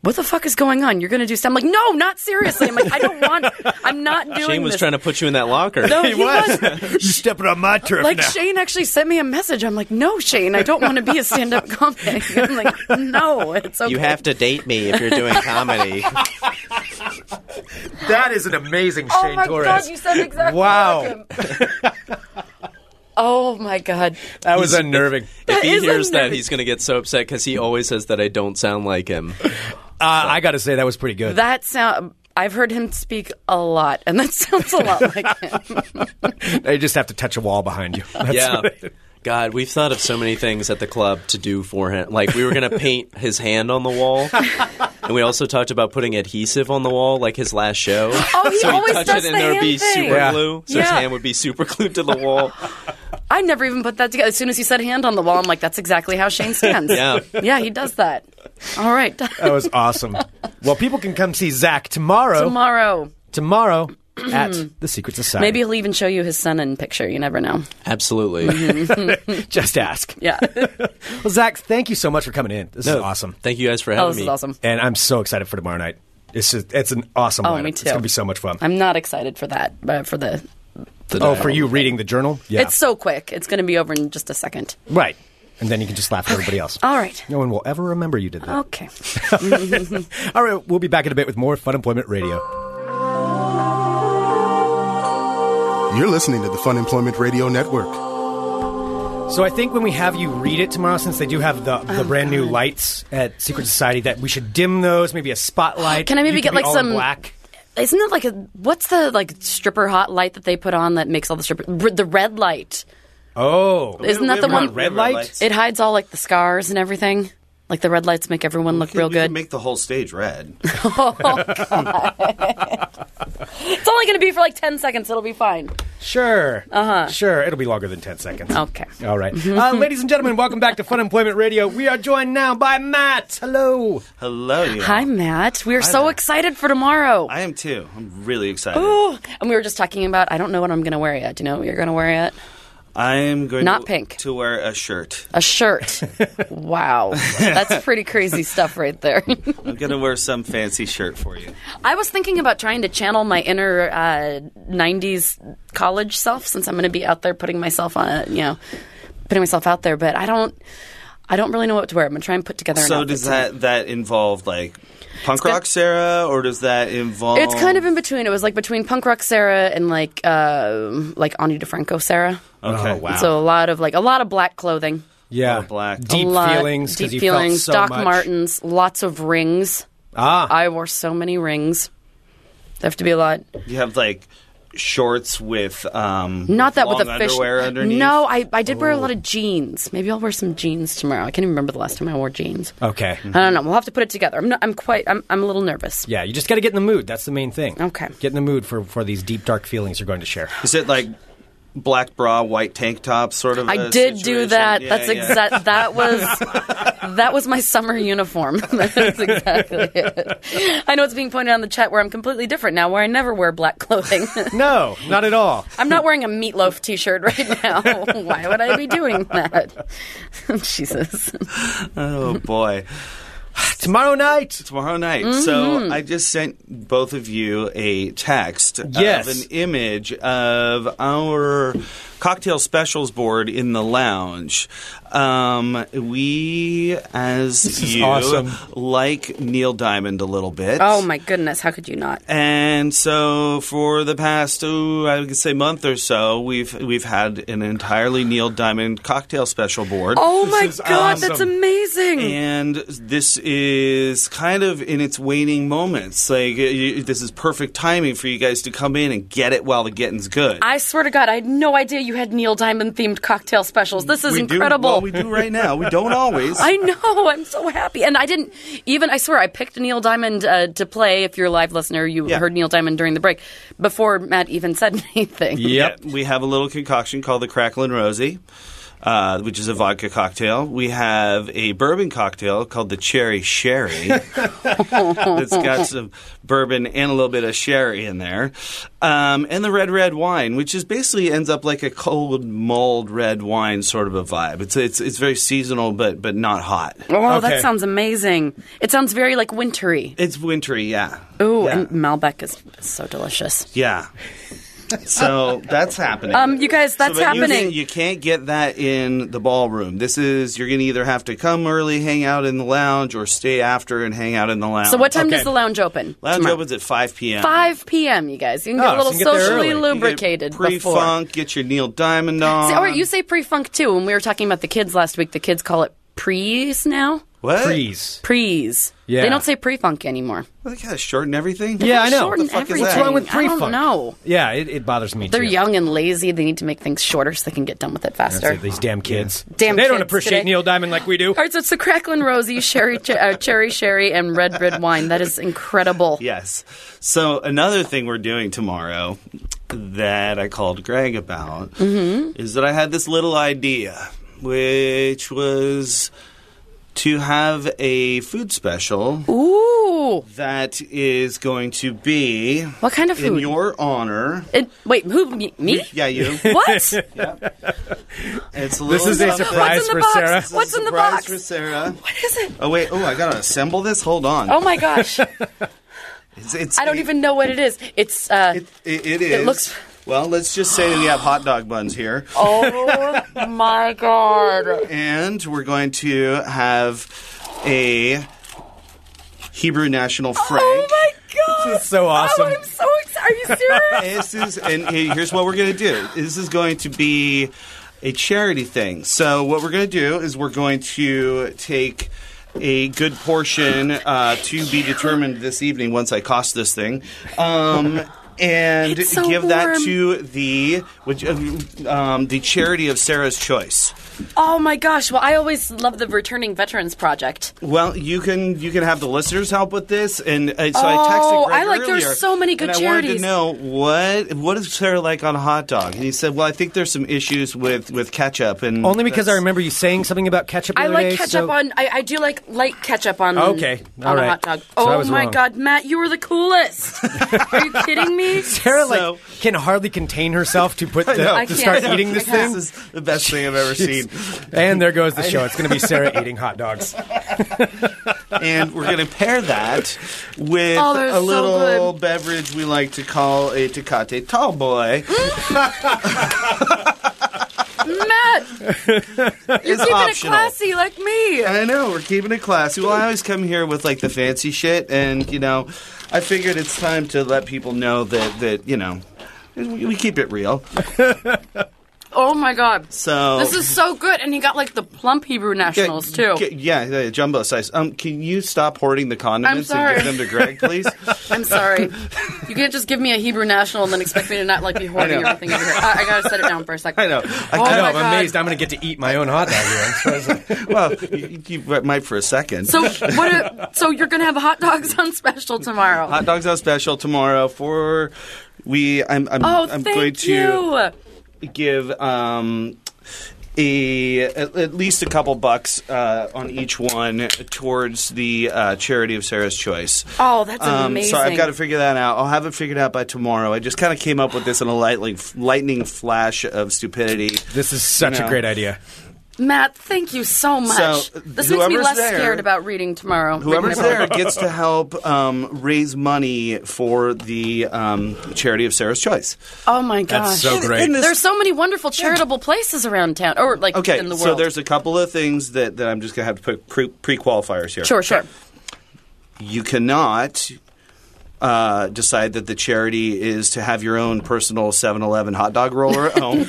[SPEAKER 6] what the fuck is going on? You're going to do something. I'm like, no, not seriously. I'm like, I don't want, I'm not doing
[SPEAKER 7] Shane was
[SPEAKER 6] this.
[SPEAKER 7] trying to put you in that locker. (laughs)
[SPEAKER 6] No, he was. (laughs)
[SPEAKER 5] you stepping on my turf
[SPEAKER 6] Like,
[SPEAKER 5] now.
[SPEAKER 6] Shane actually sent me a message. I'm like, no, Shane, I don't want to be a stand up comic. (laughs) I'm like, no, it's okay.
[SPEAKER 7] You have to date me if you're doing comedy.
[SPEAKER 5] that is an amazing
[SPEAKER 6] Oh
[SPEAKER 5] Shane
[SPEAKER 6] my
[SPEAKER 5] Torres.
[SPEAKER 6] God, you said exactly
[SPEAKER 5] Wow.
[SPEAKER 6] like him. oh my God.
[SPEAKER 5] that
[SPEAKER 6] (laughs)
[SPEAKER 5] was unnerving.
[SPEAKER 7] if he
[SPEAKER 6] is
[SPEAKER 7] hears that,
[SPEAKER 6] unnerving.
[SPEAKER 7] he's going to get so upset because he always says that I don't sound like him.
[SPEAKER 5] Uh, I got to say, that was pretty good.
[SPEAKER 6] That sound. I've heard him speak a lot, and that (laughs) sounds a lot like him.
[SPEAKER 5] I just have to touch a wall behind you. (laughs) That's
[SPEAKER 7] yeah.
[SPEAKER 5] what it-
[SPEAKER 7] God, we've thought of so many things at the club to do for him. Like we
[SPEAKER 5] (laughs)
[SPEAKER 7] were going to paint his hand on the wall, and we also talked about putting adhesive on the wall, like his last show.
[SPEAKER 6] Oh, he
[SPEAKER 7] (laughs) so
[SPEAKER 6] always
[SPEAKER 7] touch
[SPEAKER 6] does
[SPEAKER 7] it, and
[SPEAKER 6] the
[SPEAKER 7] there would be
[SPEAKER 6] hand thing.
[SPEAKER 7] super
[SPEAKER 5] Yeah.
[SPEAKER 7] glue, so his
[SPEAKER 6] Yeah. (laughs)
[SPEAKER 7] hand would be super glued to the wall.
[SPEAKER 6] I never even put that together. As soon as you said hand on the wall, I'm like, that's exactly how Shane stands.
[SPEAKER 7] Yeah.
[SPEAKER 6] Yeah, he does that. All right. (laughs)
[SPEAKER 5] That was awesome. well, people can come see Zach tomorrow.
[SPEAKER 6] Tomorrow. (clears throat)
[SPEAKER 5] tomorrow at the Secret Society.
[SPEAKER 6] Maybe he'll even show you his son in picture. You never know. Mm-hmm.
[SPEAKER 7] Absolutely.
[SPEAKER 5] (laughs) just ask.
[SPEAKER 6] Yeah.
[SPEAKER 5] Well, Zach, thank you so much for coming in. This
[SPEAKER 7] No,
[SPEAKER 5] is awesome,
[SPEAKER 7] Thank you guys for having
[SPEAKER 6] oh, this
[SPEAKER 7] me.
[SPEAKER 6] is awesome.
[SPEAKER 5] and I'm so excited for tomorrow night. It's just, it's an awesome.
[SPEAKER 6] Oh,
[SPEAKER 5] lineup.
[SPEAKER 6] me
[SPEAKER 5] It's
[SPEAKER 6] too.
[SPEAKER 5] gonna be so much fun.
[SPEAKER 6] I'm not excited for that, but for the.
[SPEAKER 7] The
[SPEAKER 5] oh,
[SPEAKER 7] dialogue.
[SPEAKER 5] for you reading the journal, yeah,
[SPEAKER 6] It's so quick. It's going to be over in just a second.
[SPEAKER 5] right. And then you can just laugh at everybody else.
[SPEAKER 6] All right.
[SPEAKER 5] No one will ever remember you did that.
[SPEAKER 6] Okay. Oh.
[SPEAKER 5] All right, we'll be back in a bit with more Fun Employment Radio.
[SPEAKER 1] You're listening to the Fun Employment Radio Network.
[SPEAKER 5] So I think when we have you read it tomorrow, since they do have the,
[SPEAKER 6] Oh,
[SPEAKER 5] the brand new lights at Secret Society, that we should dim those. Maybe a spotlight.
[SPEAKER 6] Can I maybe
[SPEAKER 5] You
[SPEAKER 6] get,
[SPEAKER 5] be
[SPEAKER 6] like,
[SPEAKER 5] all in
[SPEAKER 6] some-
[SPEAKER 5] black?
[SPEAKER 6] Isn't that like a what's the like stripper hot light that they put on that makes all the stripper r- the red light?
[SPEAKER 5] Oh,
[SPEAKER 6] Isn't that the
[SPEAKER 5] we want
[SPEAKER 6] one?
[SPEAKER 5] red light?
[SPEAKER 6] It hides all like the scars and everything. Like the red lights make everyone look
[SPEAKER 8] Can-
[SPEAKER 6] real
[SPEAKER 8] we can
[SPEAKER 6] good.
[SPEAKER 8] make the whole stage red. (laughs)
[SPEAKER 6] it's only going to be for like ten seconds. It'll be fine.
[SPEAKER 5] Sure. Uh
[SPEAKER 6] Uh-huh.
[SPEAKER 5] huh. Sure. It'll be longer than 10 seconds.
[SPEAKER 6] Okay.
[SPEAKER 5] All right.
[SPEAKER 6] Mm-hmm.
[SPEAKER 5] Uh, ladies and gentlemen, welcome back to Fun Employment Radio. We are joined now by Matt. Hello.
[SPEAKER 8] Hello, you.
[SPEAKER 6] Hi, Matt. We are so
[SPEAKER 8] Matt.
[SPEAKER 6] excited for tomorrow.
[SPEAKER 8] I am too. I'm really excited.
[SPEAKER 6] and we were just talking about I don't know what I'm going to wear yet. Do you know what you're going to wear yet?
[SPEAKER 8] I am going
[SPEAKER 6] Not
[SPEAKER 8] to,
[SPEAKER 6] pink.
[SPEAKER 8] to wear a shirt.
[SPEAKER 6] A
[SPEAKER 8] (laughs)
[SPEAKER 6] shirt. wow, that's pretty crazy stuff right there. (laughs)
[SPEAKER 8] I'm going to wear some fancy shirt for you.
[SPEAKER 6] I was thinking about trying to channel my inner uh, '90s college self since I'm going to be out there putting myself on, a, you know, putting myself out there. But I don't, I don't really know what to wear. I'm going to try and put together. an
[SPEAKER 8] So
[SPEAKER 6] outfit
[SPEAKER 8] does
[SPEAKER 6] tonight.
[SPEAKER 8] that that involve like punk
[SPEAKER 6] got-
[SPEAKER 8] rock Sarah, or does that involve?
[SPEAKER 6] It's kind of in between. It was like between punk rock Sarah and like um like Ani DeFranco Sarah.
[SPEAKER 8] okay.
[SPEAKER 5] Oh, wow.
[SPEAKER 6] So a lot of like a lot of black clothing,
[SPEAKER 5] Yeah.
[SPEAKER 8] All black.
[SPEAKER 5] Deep
[SPEAKER 6] a lot,
[SPEAKER 5] feelings. 'cause
[SPEAKER 6] deep
[SPEAKER 5] you felt
[SPEAKER 6] feelings,
[SPEAKER 5] so
[SPEAKER 6] Doc
[SPEAKER 5] much.
[SPEAKER 6] Martens, lots of rings.
[SPEAKER 5] Ah.
[SPEAKER 6] I wore so many rings. There have to be a lot.
[SPEAKER 8] You have like shorts with um
[SPEAKER 6] Not that
[SPEAKER 8] long
[SPEAKER 6] with a fish.
[SPEAKER 8] underwear underneath. Oh.
[SPEAKER 6] No, I, I did wear a lot of jeans. Maybe I'll wear some jeans tomorrow. I can't even remember the last time I wore jeans.
[SPEAKER 5] okay.
[SPEAKER 6] I don't know. We'll have to put it together. I'm not, I'm quite. I'm, I'm a little nervous.
[SPEAKER 5] Yeah, you just got to get in the mood. That's the main thing.
[SPEAKER 6] Okay.
[SPEAKER 5] Get in the mood for, for these deep, dark feelings you're going to share.
[SPEAKER 8] Is it like black bra, white tank top, sort of?
[SPEAKER 6] I
[SPEAKER 8] a
[SPEAKER 6] did do
[SPEAKER 8] situation?
[SPEAKER 6] that.
[SPEAKER 8] Yeah,
[SPEAKER 6] That's
[SPEAKER 8] yeah.
[SPEAKER 6] exact.
[SPEAKER 8] (laughs)
[SPEAKER 6] That was that was my summer uniform. (laughs) That's exactly it. I know it's being pointed out in the chat where I'm completely different now, where I never wear black clothing. (laughs)
[SPEAKER 5] No, not at all.
[SPEAKER 6] I'm not wearing a meatloaf T-shirt right now. (laughs) Why would I be doing that? (laughs) Jesus.
[SPEAKER 8] Oh boy.
[SPEAKER 5] Tomorrow night.
[SPEAKER 8] tomorrow night.
[SPEAKER 5] Mm-hmm.
[SPEAKER 8] So I just sent both of you a text
[SPEAKER 5] Yes.
[SPEAKER 8] of an image of our cocktail specials board in the lounge. Um, we, as
[SPEAKER 5] is
[SPEAKER 8] you,
[SPEAKER 5] awesome.
[SPEAKER 8] like Neil Diamond a little bit.
[SPEAKER 6] Oh my goodness! How could you not?
[SPEAKER 8] And so, for the past, ooh, I would say, month or so, we've we've had an entirely Neil Diamond cocktail special board.
[SPEAKER 6] Oh my
[SPEAKER 5] is
[SPEAKER 6] god, that's
[SPEAKER 5] awesome.
[SPEAKER 6] amazing.
[SPEAKER 8] and this is kind of in its waning moments. Like you, this is perfect timing for you guys to come in and get it while the getting's good.
[SPEAKER 6] I swear to God, I had no idea you had Neil Diamond themed cocktail specials. This is
[SPEAKER 8] we
[SPEAKER 6] incredible.
[SPEAKER 8] Do, well, we do right now. We
[SPEAKER 6] (laughs)
[SPEAKER 8] don't always.
[SPEAKER 6] I know. I'm so happy. And I didn't even, I swear, I picked Neil Diamond uh, to play. If you're a live listener, you
[SPEAKER 8] Yeah.
[SPEAKER 6] heard Neil Diamond during the break before Matt even said (laughs) anything.
[SPEAKER 5] Yep.
[SPEAKER 8] Yeah, we have a little concoction called the Cracklin' Rosie, uh, which is a vodka cocktail. We have a bourbon cocktail called the Cherry Sherry that's got some bourbon and a little bit of sherry in there. Um, and the red, red wine, which is basically ends up like a cold mulled red wine sort of a vibe. It's, it's, it's very seasonal, but, but not hot.
[SPEAKER 6] Oh,
[SPEAKER 5] Okay.
[SPEAKER 6] that sounds amazing. It sounds very like wintry.
[SPEAKER 8] It's wintry, yeah.
[SPEAKER 6] Ooh,
[SPEAKER 8] yeah.
[SPEAKER 6] and Malbec is so delicious.
[SPEAKER 8] yeah. So that's happening.
[SPEAKER 6] Um, you guys, that's
[SPEAKER 8] So, but you
[SPEAKER 6] happening.
[SPEAKER 8] can't- You, can't get that in the ballroom. This is you're going to either have to come early, hang out in the lounge, or stay after and hang out in the lounge.
[SPEAKER 6] so, what time
[SPEAKER 5] Okay.
[SPEAKER 6] does the lounge open?
[SPEAKER 8] Lounge
[SPEAKER 6] tomorrow?
[SPEAKER 8] opens at 5 p.m.
[SPEAKER 6] 5 p.m., you guys. You can get
[SPEAKER 5] Oh,
[SPEAKER 6] a
[SPEAKER 5] so
[SPEAKER 6] little
[SPEAKER 5] you can get there
[SPEAKER 6] socially
[SPEAKER 5] early.
[SPEAKER 6] lubricated
[SPEAKER 8] Pre
[SPEAKER 6] before.
[SPEAKER 8] funk, get your Neil Diamond on.
[SPEAKER 6] See, or you say pre-funk too. When we were talking about the kids last week, the kids call it prees now.
[SPEAKER 8] what?
[SPEAKER 5] Please.
[SPEAKER 6] Prees.
[SPEAKER 5] Yeah.
[SPEAKER 6] They don't say pre-funk anymore.
[SPEAKER 8] Well, they got to shorten everything.
[SPEAKER 5] Yeah, I know.
[SPEAKER 6] Shorten
[SPEAKER 8] What the fuck is
[SPEAKER 6] everything.
[SPEAKER 8] that?
[SPEAKER 5] What's wrong with
[SPEAKER 6] I
[SPEAKER 5] pre-funk?
[SPEAKER 6] don't know.
[SPEAKER 5] Yeah, it, it bothers me
[SPEAKER 6] They're
[SPEAKER 5] too.
[SPEAKER 6] young and lazy. They need to make things shorter so they can get done with it faster.
[SPEAKER 5] These damn kids.
[SPEAKER 6] Damn
[SPEAKER 5] they don't
[SPEAKER 6] kids
[SPEAKER 5] appreciate
[SPEAKER 6] today.
[SPEAKER 5] Neil Diamond like we
[SPEAKER 6] (laughs)
[SPEAKER 5] do.
[SPEAKER 6] All right, so it's the Cracklin' Rosie, Sherry, ch- uh, Cherry Sherry, and Red Red Wine. That is incredible.
[SPEAKER 8] Yes. So another thing we're doing tomorrow that I called Greg about
[SPEAKER 6] Mm-hmm.
[SPEAKER 8] is that I had this little idea, which was to have a food special
[SPEAKER 6] Ooh.
[SPEAKER 8] that is going to be
[SPEAKER 6] What kind of
[SPEAKER 8] in
[SPEAKER 6] food?
[SPEAKER 8] your honor.
[SPEAKER 6] It, wait, who? Me? me? (laughs)
[SPEAKER 8] Yeah, you. (laughs)
[SPEAKER 6] What?
[SPEAKER 8] It's a
[SPEAKER 5] This
[SPEAKER 8] little
[SPEAKER 5] is a
[SPEAKER 8] something.
[SPEAKER 5] surprise
[SPEAKER 6] What's in
[SPEAKER 5] for
[SPEAKER 6] the box?
[SPEAKER 5] Sarah.
[SPEAKER 8] This is a
[SPEAKER 6] What's in the
[SPEAKER 8] surprise
[SPEAKER 6] box?
[SPEAKER 8] for Sarah?
[SPEAKER 6] what is it?
[SPEAKER 8] Oh wait! Oh, I gotta assemble this. Hold on.
[SPEAKER 6] Oh my gosh.
[SPEAKER 8] It's, it's,
[SPEAKER 6] I don't even know what it is. It's, uh,
[SPEAKER 8] It, it, it is.
[SPEAKER 6] looks-
[SPEAKER 8] Well, let's just say that we have hot dog buns here,
[SPEAKER 6] oh my god.
[SPEAKER 8] and we're going to have a Hebrew national frank.
[SPEAKER 6] Oh my god.
[SPEAKER 5] This is so awesome.
[SPEAKER 6] Oh, I'm so excited. Are you
[SPEAKER 5] (laughs)
[SPEAKER 6] serious?
[SPEAKER 8] this is and he- here's what we're going to do. This is going to be a charity thing. So what we're going to do is we're going to take a good portion uh, to be determined this evening once I cost this thing. Um, and
[SPEAKER 6] It's so
[SPEAKER 8] give that
[SPEAKER 6] warm.
[SPEAKER 8] to the which, uh, um, the charity of Sarah's choice.
[SPEAKER 6] oh my gosh. Well, I always love the Returning Veterans Project.
[SPEAKER 8] Well, you can you can have the listeners help with this, and uh, so I
[SPEAKER 6] Oh,
[SPEAKER 8] texted Greg
[SPEAKER 6] I like- there's
[SPEAKER 8] earlier,
[SPEAKER 6] so many good
[SPEAKER 8] and
[SPEAKER 6] charities.
[SPEAKER 8] I wanted to know what what is Sarah like on a hot dog, and he said, well, I think there's some issues with with ketchup, and
[SPEAKER 5] Only because I
[SPEAKER 8] that's-
[SPEAKER 5] remember you saying something about ketchup. the
[SPEAKER 6] I
[SPEAKER 5] other
[SPEAKER 6] like
[SPEAKER 5] day,
[SPEAKER 6] ketchup
[SPEAKER 5] so-
[SPEAKER 6] on. I, I do like light ketchup on.
[SPEAKER 5] Okay, all
[SPEAKER 6] on
[SPEAKER 5] right.
[SPEAKER 6] a hot dog.
[SPEAKER 5] So I
[SPEAKER 6] Oh
[SPEAKER 5] was
[SPEAKER 6] my
[SPEAKER 5] wrong.
[SPEAKER 6] god, Matt, you were
[SPEAKER 5] (laughs)
[SPEAKER 6] the coolest. Are you kidding me?
[SPEAKER 5] Tara like
[SPEAKER 8] So-
[SPEAKER 5] can hardly contain herself to (laughs) put
[SPEAKER 8] know.
[SPEAKER 5] the,
[SPEAKER 8] (laughs) I
[SPEAKER 5] to
[SPEAKER 6] can't.
[SPEAKER 5] start
[SPEAKER 6] I know.
[SPEAKER 5] eating this
[SPEAKER 6] I can't.
[SPEAKER 5] thing.
[SPEAKER 8] This is the best thing
[SPEAKER 5] (laughs)
[SPEAKER 8] I've ever seen,
[SPEAKER 5] And there goes the show. It's going to be Sarah eating hot (laughs) dogs.
[SPEAKER 8] and we're gonna pair that with
[SPEAKER 6] Oh, they're
[SPEAKER 8] a
[SPEAKER 6] so
[SPEAKER 8] little
[SPEAKER 6] good.
[SPEAKER 8] beverage we like to call a Tecate Tall Boy.
[SPEAKER 6] Mm, Matt,
[SPEAKER 8] You're
[SPEAKER 6] keeping it classy like me.
[SPEAKER 8] I know we're keeping it classy. Well, I always come here with like the fancy shit, and you know, I figured it's time to let people know that that you know we, we keep it real.
[SPEAKER 6] Oh my god.
[SPEAKER 5] Oh.
[SPEAKER 8] So
[SPEAKER 6] This is so good, and he got like the plump Hebrew Nationals too.
[SPEAKER 8] Get- yeah, yeah, jumbo size. Um, can you stop hoarding the condiments
[SPEAKER 6] sorry.
[SPEAKER 8] and give them to
[SPEAKER 6] (laughs)
[SPEAKER 8] Greg, please?
[SPEAKER 6] I'm sorry, you can't just give me a Hebrew National and then expect me to not like be hoarding everything over here. I, I gotta set it down for a second.
[SPEAKER 8] I know. I
[SPEAKER 6] oh
[SPEAKER 8] kind
[SPEAKER 5] I know.
[SPEAKER 6] my
[SPEAKER 5] I'm
[SPEAKER 6] god.
[SPEAKER 5] amazed. I'm going to get to eat my own hot dog here. I'm surprised.
[SPEAKER 8] (laughs) well, you, you might for a second.
[SPEAKER 6] So what? A, so you're gonna have hot dogs on special tomorrow?
[SPEAKER 8] hot dogs on special tomorrow for we. I'm I'm,
[SPEAKER 6] oh,
[SPEAKER 8] I'm
[SPEAKER 6] thank
[SPEAKER 8] going to.
[SPEAKER 6] you.
[SPEAKER 8] give um, a at, at least a couple bucks uh, on each one towards the uh, charity of Sarah's choice.
[SPEAKER 6] Oh, that's
[SPEAKER 8] Um,
[SPEAKER 6] amazing.
[SPEAKER 8] so I've got to figure that out. I'll have it figured out by tomorrow. I just kind of came up with this in a lightning lightning flash of stupidity.
[SPEAKER 5] (laughs) This is such
[SPEAKER 8] You know.
[SPEAKER 5] a great idea.
[SPEAKER 6] Matt, thank you so much.
[SPEAKER 8] So, uh,
[SPEAKER 6] this makes me
[SPEAKER 8] whoever's
[SPEAKER 6] less
[SPEAKER 8] there-
[SPEAKER 6] scared about reading tomorrow. reading
[SPEAKER 8] Whoever's
[SPEAKER 6] tomorrow.
[SPEAKER 8] there gets to help um, raise money for the um, charity of Sarah's choice.
[SPEAKER 6] Oh my
[SPEAKER 5] That's
[SPEAKER 6] gosh.
[SPEAKER 5] so great.
[SPEAKER 8] And this-
[SPEAKER 6] There's so many wonderful charitable places around town, or like
[SPEAKER 8] okay,
[SPEAKER 6] in the world.
[SPEAKER 8] so there's a couple of things that, that I'm just going to have to put pre- pre-qualifiers here.
[SPEAKER 6] sure, sure.
[SPEAKER 8] you cannot uh, decide that the charity is to have your own personal 7-Eleven hot dog roller
[SPEAKER 6] (laughs)
[SPEAKER 8] at home.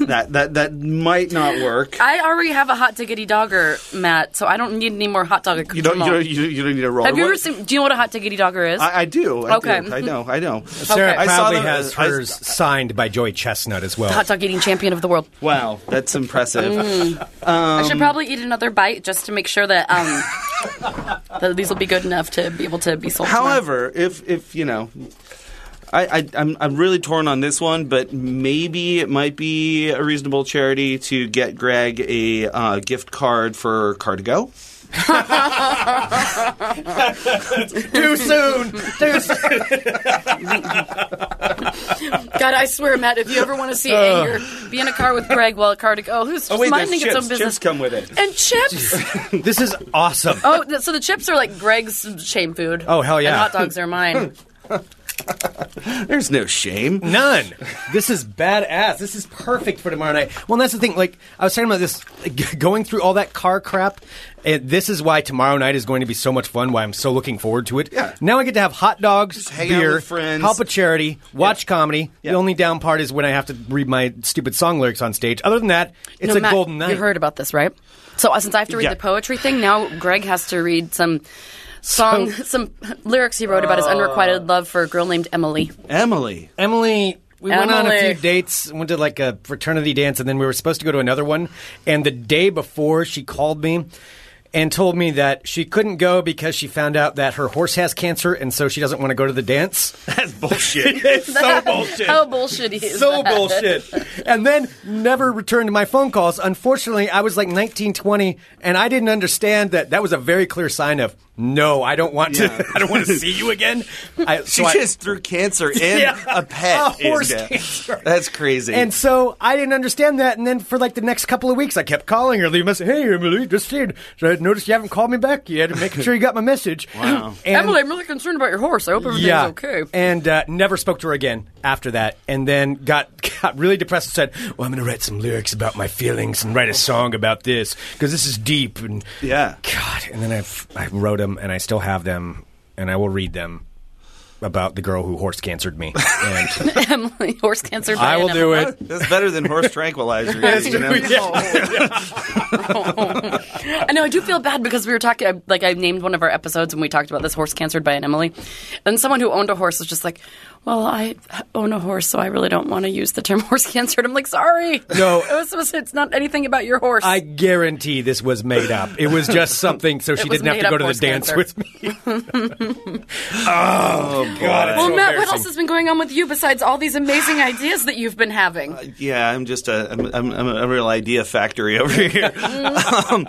[SPEAKER 8] that that that might not work.
[SPEAKER 6] I already have a hot diggity dogger, Matt, so I don't need any more hot dog.
[SPEAKER 8] You don't, you don't you don't you don't need a roller.
[SPEAKER 6] Have you ever
[SPEAKER 8] What-
[SPEAKER 6] seen? Do you know what a hot diggity dogger is?
[SPEAKER 8] I, I do. I
[SPEAKER 6] Okay.
[SPEAKER 8] do. I know. I know.
[SPEAKER 5] Sarah
[SPEAKER 6] Okay. I
[SPEAKER 8] saw
[SPEAKER 5] proudly
[SPEAKER 8] them-
[SPEAKER 5] has
[SPEAKER 8] I-
[SPEAKER 5] hers signed by Joey Chestnut as well.
[SPEAKER 6] hot dog eating champion of the world.
[SPEAKER 8] Wow, that's impressive.
[SPEAKER 6] Mm. I
[SPEAKER 5] Um,
[SPEAKER 6] should probably eat another bite just to make sure that um, (laughs) that these will be good enough to be able to be sold. tomorrow.
[SPEAKER 8] However, if if you know, I, I I'm I'm really torn on this one, but maybe it might be a reasonable charity to get Greg a uh, gift card for Cardigo.
[SPEAKER 5] Too soon.
[SPEAKER 6] God, I swear, Matt, if you ever want to
[SPEAKER 5] Uh.
[SPEAKER 6] see anger, be in a car with Greg while a car to go, Oh, who's
[SPEAKER 5] Oh,
[SPEAKER 6] just minding its own business.
[SPEAKER 8] Chips come with it.
[SPEAKER 6] and
[SPEAKER 5] (laughs)
[SPEAKER 6] chips.
[SPEAKER 5] this is awesome.
[SPEAKER 6] oh, th- so the chips are like Greg's shame food.
[SPEAKER 5] Oh, hell yeah.
[SPEAKER 6] And hot dogs are mine.
[SPEAKER 8] (laughs) There's no shame.
[SPEAKER 5] None. This is badass. This is perfect for tomorrow night. Well, and that's the thing. Like I was talking about this, (laughs) like, going through all that car crap. And this is why tomorrow night is going to be so much fun. Why I'm so looking forward to it.
[SPEAKER 8] Yeah.
[SPEAKER 5] Now I get to have hot dogs,
[SPEAKER 8] hang out
[SPEAKER 5] beer,
[SPEAKER 8] with friends.
[SPEAKER 5] help a charity, watch comedy.
[SPEAKER 8] Yeah.
[SPEAKER 5] The only down part is when I have to read my stupid song lyrics on stage. Other than that, (laughs) it's
[SPEAKER 6] No,
[SPEAKER 5] a
[SPEAKER 6] Matt,
[SPEAKER 5] golden night.
[SPEAKER 6] You heard about this, right? So uh, since I have to read
[SPEAKER 8] Yeah.
[SPEAKER 6] the poetry thing, now Greg has to read some song, (laughs) some lyrics he wrote about his
[SPEAKER 5] Uh.
[SPEAKER 6] unrequited love for a girl named Emily.
[SPEAKER 8] Emily.
[SPEAKER 5] Emily. We went on a
[SPEAKER 6] Emily.
[SPEAKER 5] few dates, went to like a fraternity dance, and then we were supposed to go to another one. And the day before, she called me and told me that she couldn't go because she found out that her horse has cancer and so she doesn't want to go to the dance.
[SPEAKER 8] (laughs) That's
[SPEAKER 5] (laughs)
[SPEAKER 8] bullshit. it's
[SPEAKER 6] (laughs)
[SPEAKER 8] so bullshit.
[SPEAKER 6] How bullshit is
[SPEAKER 5] so
[SPEAKER 6] that?
[SPEAKER 5] bullshit. And then never returned my phone calls. Unfortunately, I was like 19, 20, and I didn't understand that that was a very clear sign of no, I don't want to. (laughs) I don't want to see you
[SPEAKER 8] (laughs)
[SPEAKER 5] again. I,
[SPEAKER 8] She
[SPEAKER 5] so I-
[SPEAKER 8] just threw
[SPEAKER 5] (laughs)
[SPEAKER 8] cancer in
[SPEAKER 5] Yeah.
[SPEAKER 8] a pet.
[SPEAKER 5] A horse
[SPEAKER 8] in there.
[SPEAKER 5] cancer.
[SPEAKER 8] That's crazy.
[SPEAKER 5] and so I didn't understand that. And then for like the next couple of weeks, I kept calling her, leaving messages. Hey, Emily, just did. So I noticed you haven't called me back yet. Making sure you got my
[SPEAKER 8] (laughs)
[SPEAKER 5] message. Wow. And,
[SPEAKER 6] Emily, I'm really concerned about your horse. I hope everything's
[SPEAKER 5] yeah.
[SPEAKER 6] okay.
[SPEAKER 5] And uh, never spoke to her again after that. And then got, (laughs) got really depressed and said, Well, I'm going to write some lyrics about my feelings and write a song about this because this is deep. And
[SPEAKER 8] Yeah.
[SPEAKER 5] God. And then I, f- I wrote them and I still have them and I will read them about the girl who horse cancered me. (laughs) And
[SPEAKER 6] (laughs) Emily, horse cancer.
[SPEAKER 5] I will do it.
[SPEAKER 8] That's better than
[SPEAKER 5] (laughs)
[SPEAKER 8] horse tranquilizer. you know?
[SPEAKER 6] (laughs) I know. I do feel bad because we were talking. I- Like I named one of our episodes, and we talked about this horse cancered by an Emily. And someone who owned a horse was just like, "Well, I own a horse, so I really don't want to use the term (laughs) horse cancered." I'm like, "Sorry,
[SPEAKER 5] No.
[SPEAKER 6] it was, it was- it's not anything about your horse."
[SPEAKER 5] I guarantee this was made up. It was just something so she
[SPEAKER 6] was
[SPEAKER 5] didn't have
[SPEAKER 6] made
[SPEAKER 5] to go to
[SPEAKER 6] up
[SPEAKER 5] the
[SPEAKER 6] horse
[SPEAKER 5] dance
[SPEAKER 6] cancer.
[SPEAKER 5] with me.
[SPEAKER 6] (laughs)
[SPEAKER 5] oh, God. it's so
[SPEAKER 6] well, Matt, what
[SPEAKER 5] embarrassing.
[SPEAKER 6] else has been going on with you besides all
[SPEAKER 5] (sighs)
[SPEAKER 6] these amazing ideas that you've been having?
[SPEAKER 8] Yeah, I'm just a I'm, I'm, I'm a real idea factory over here. (laughs) um,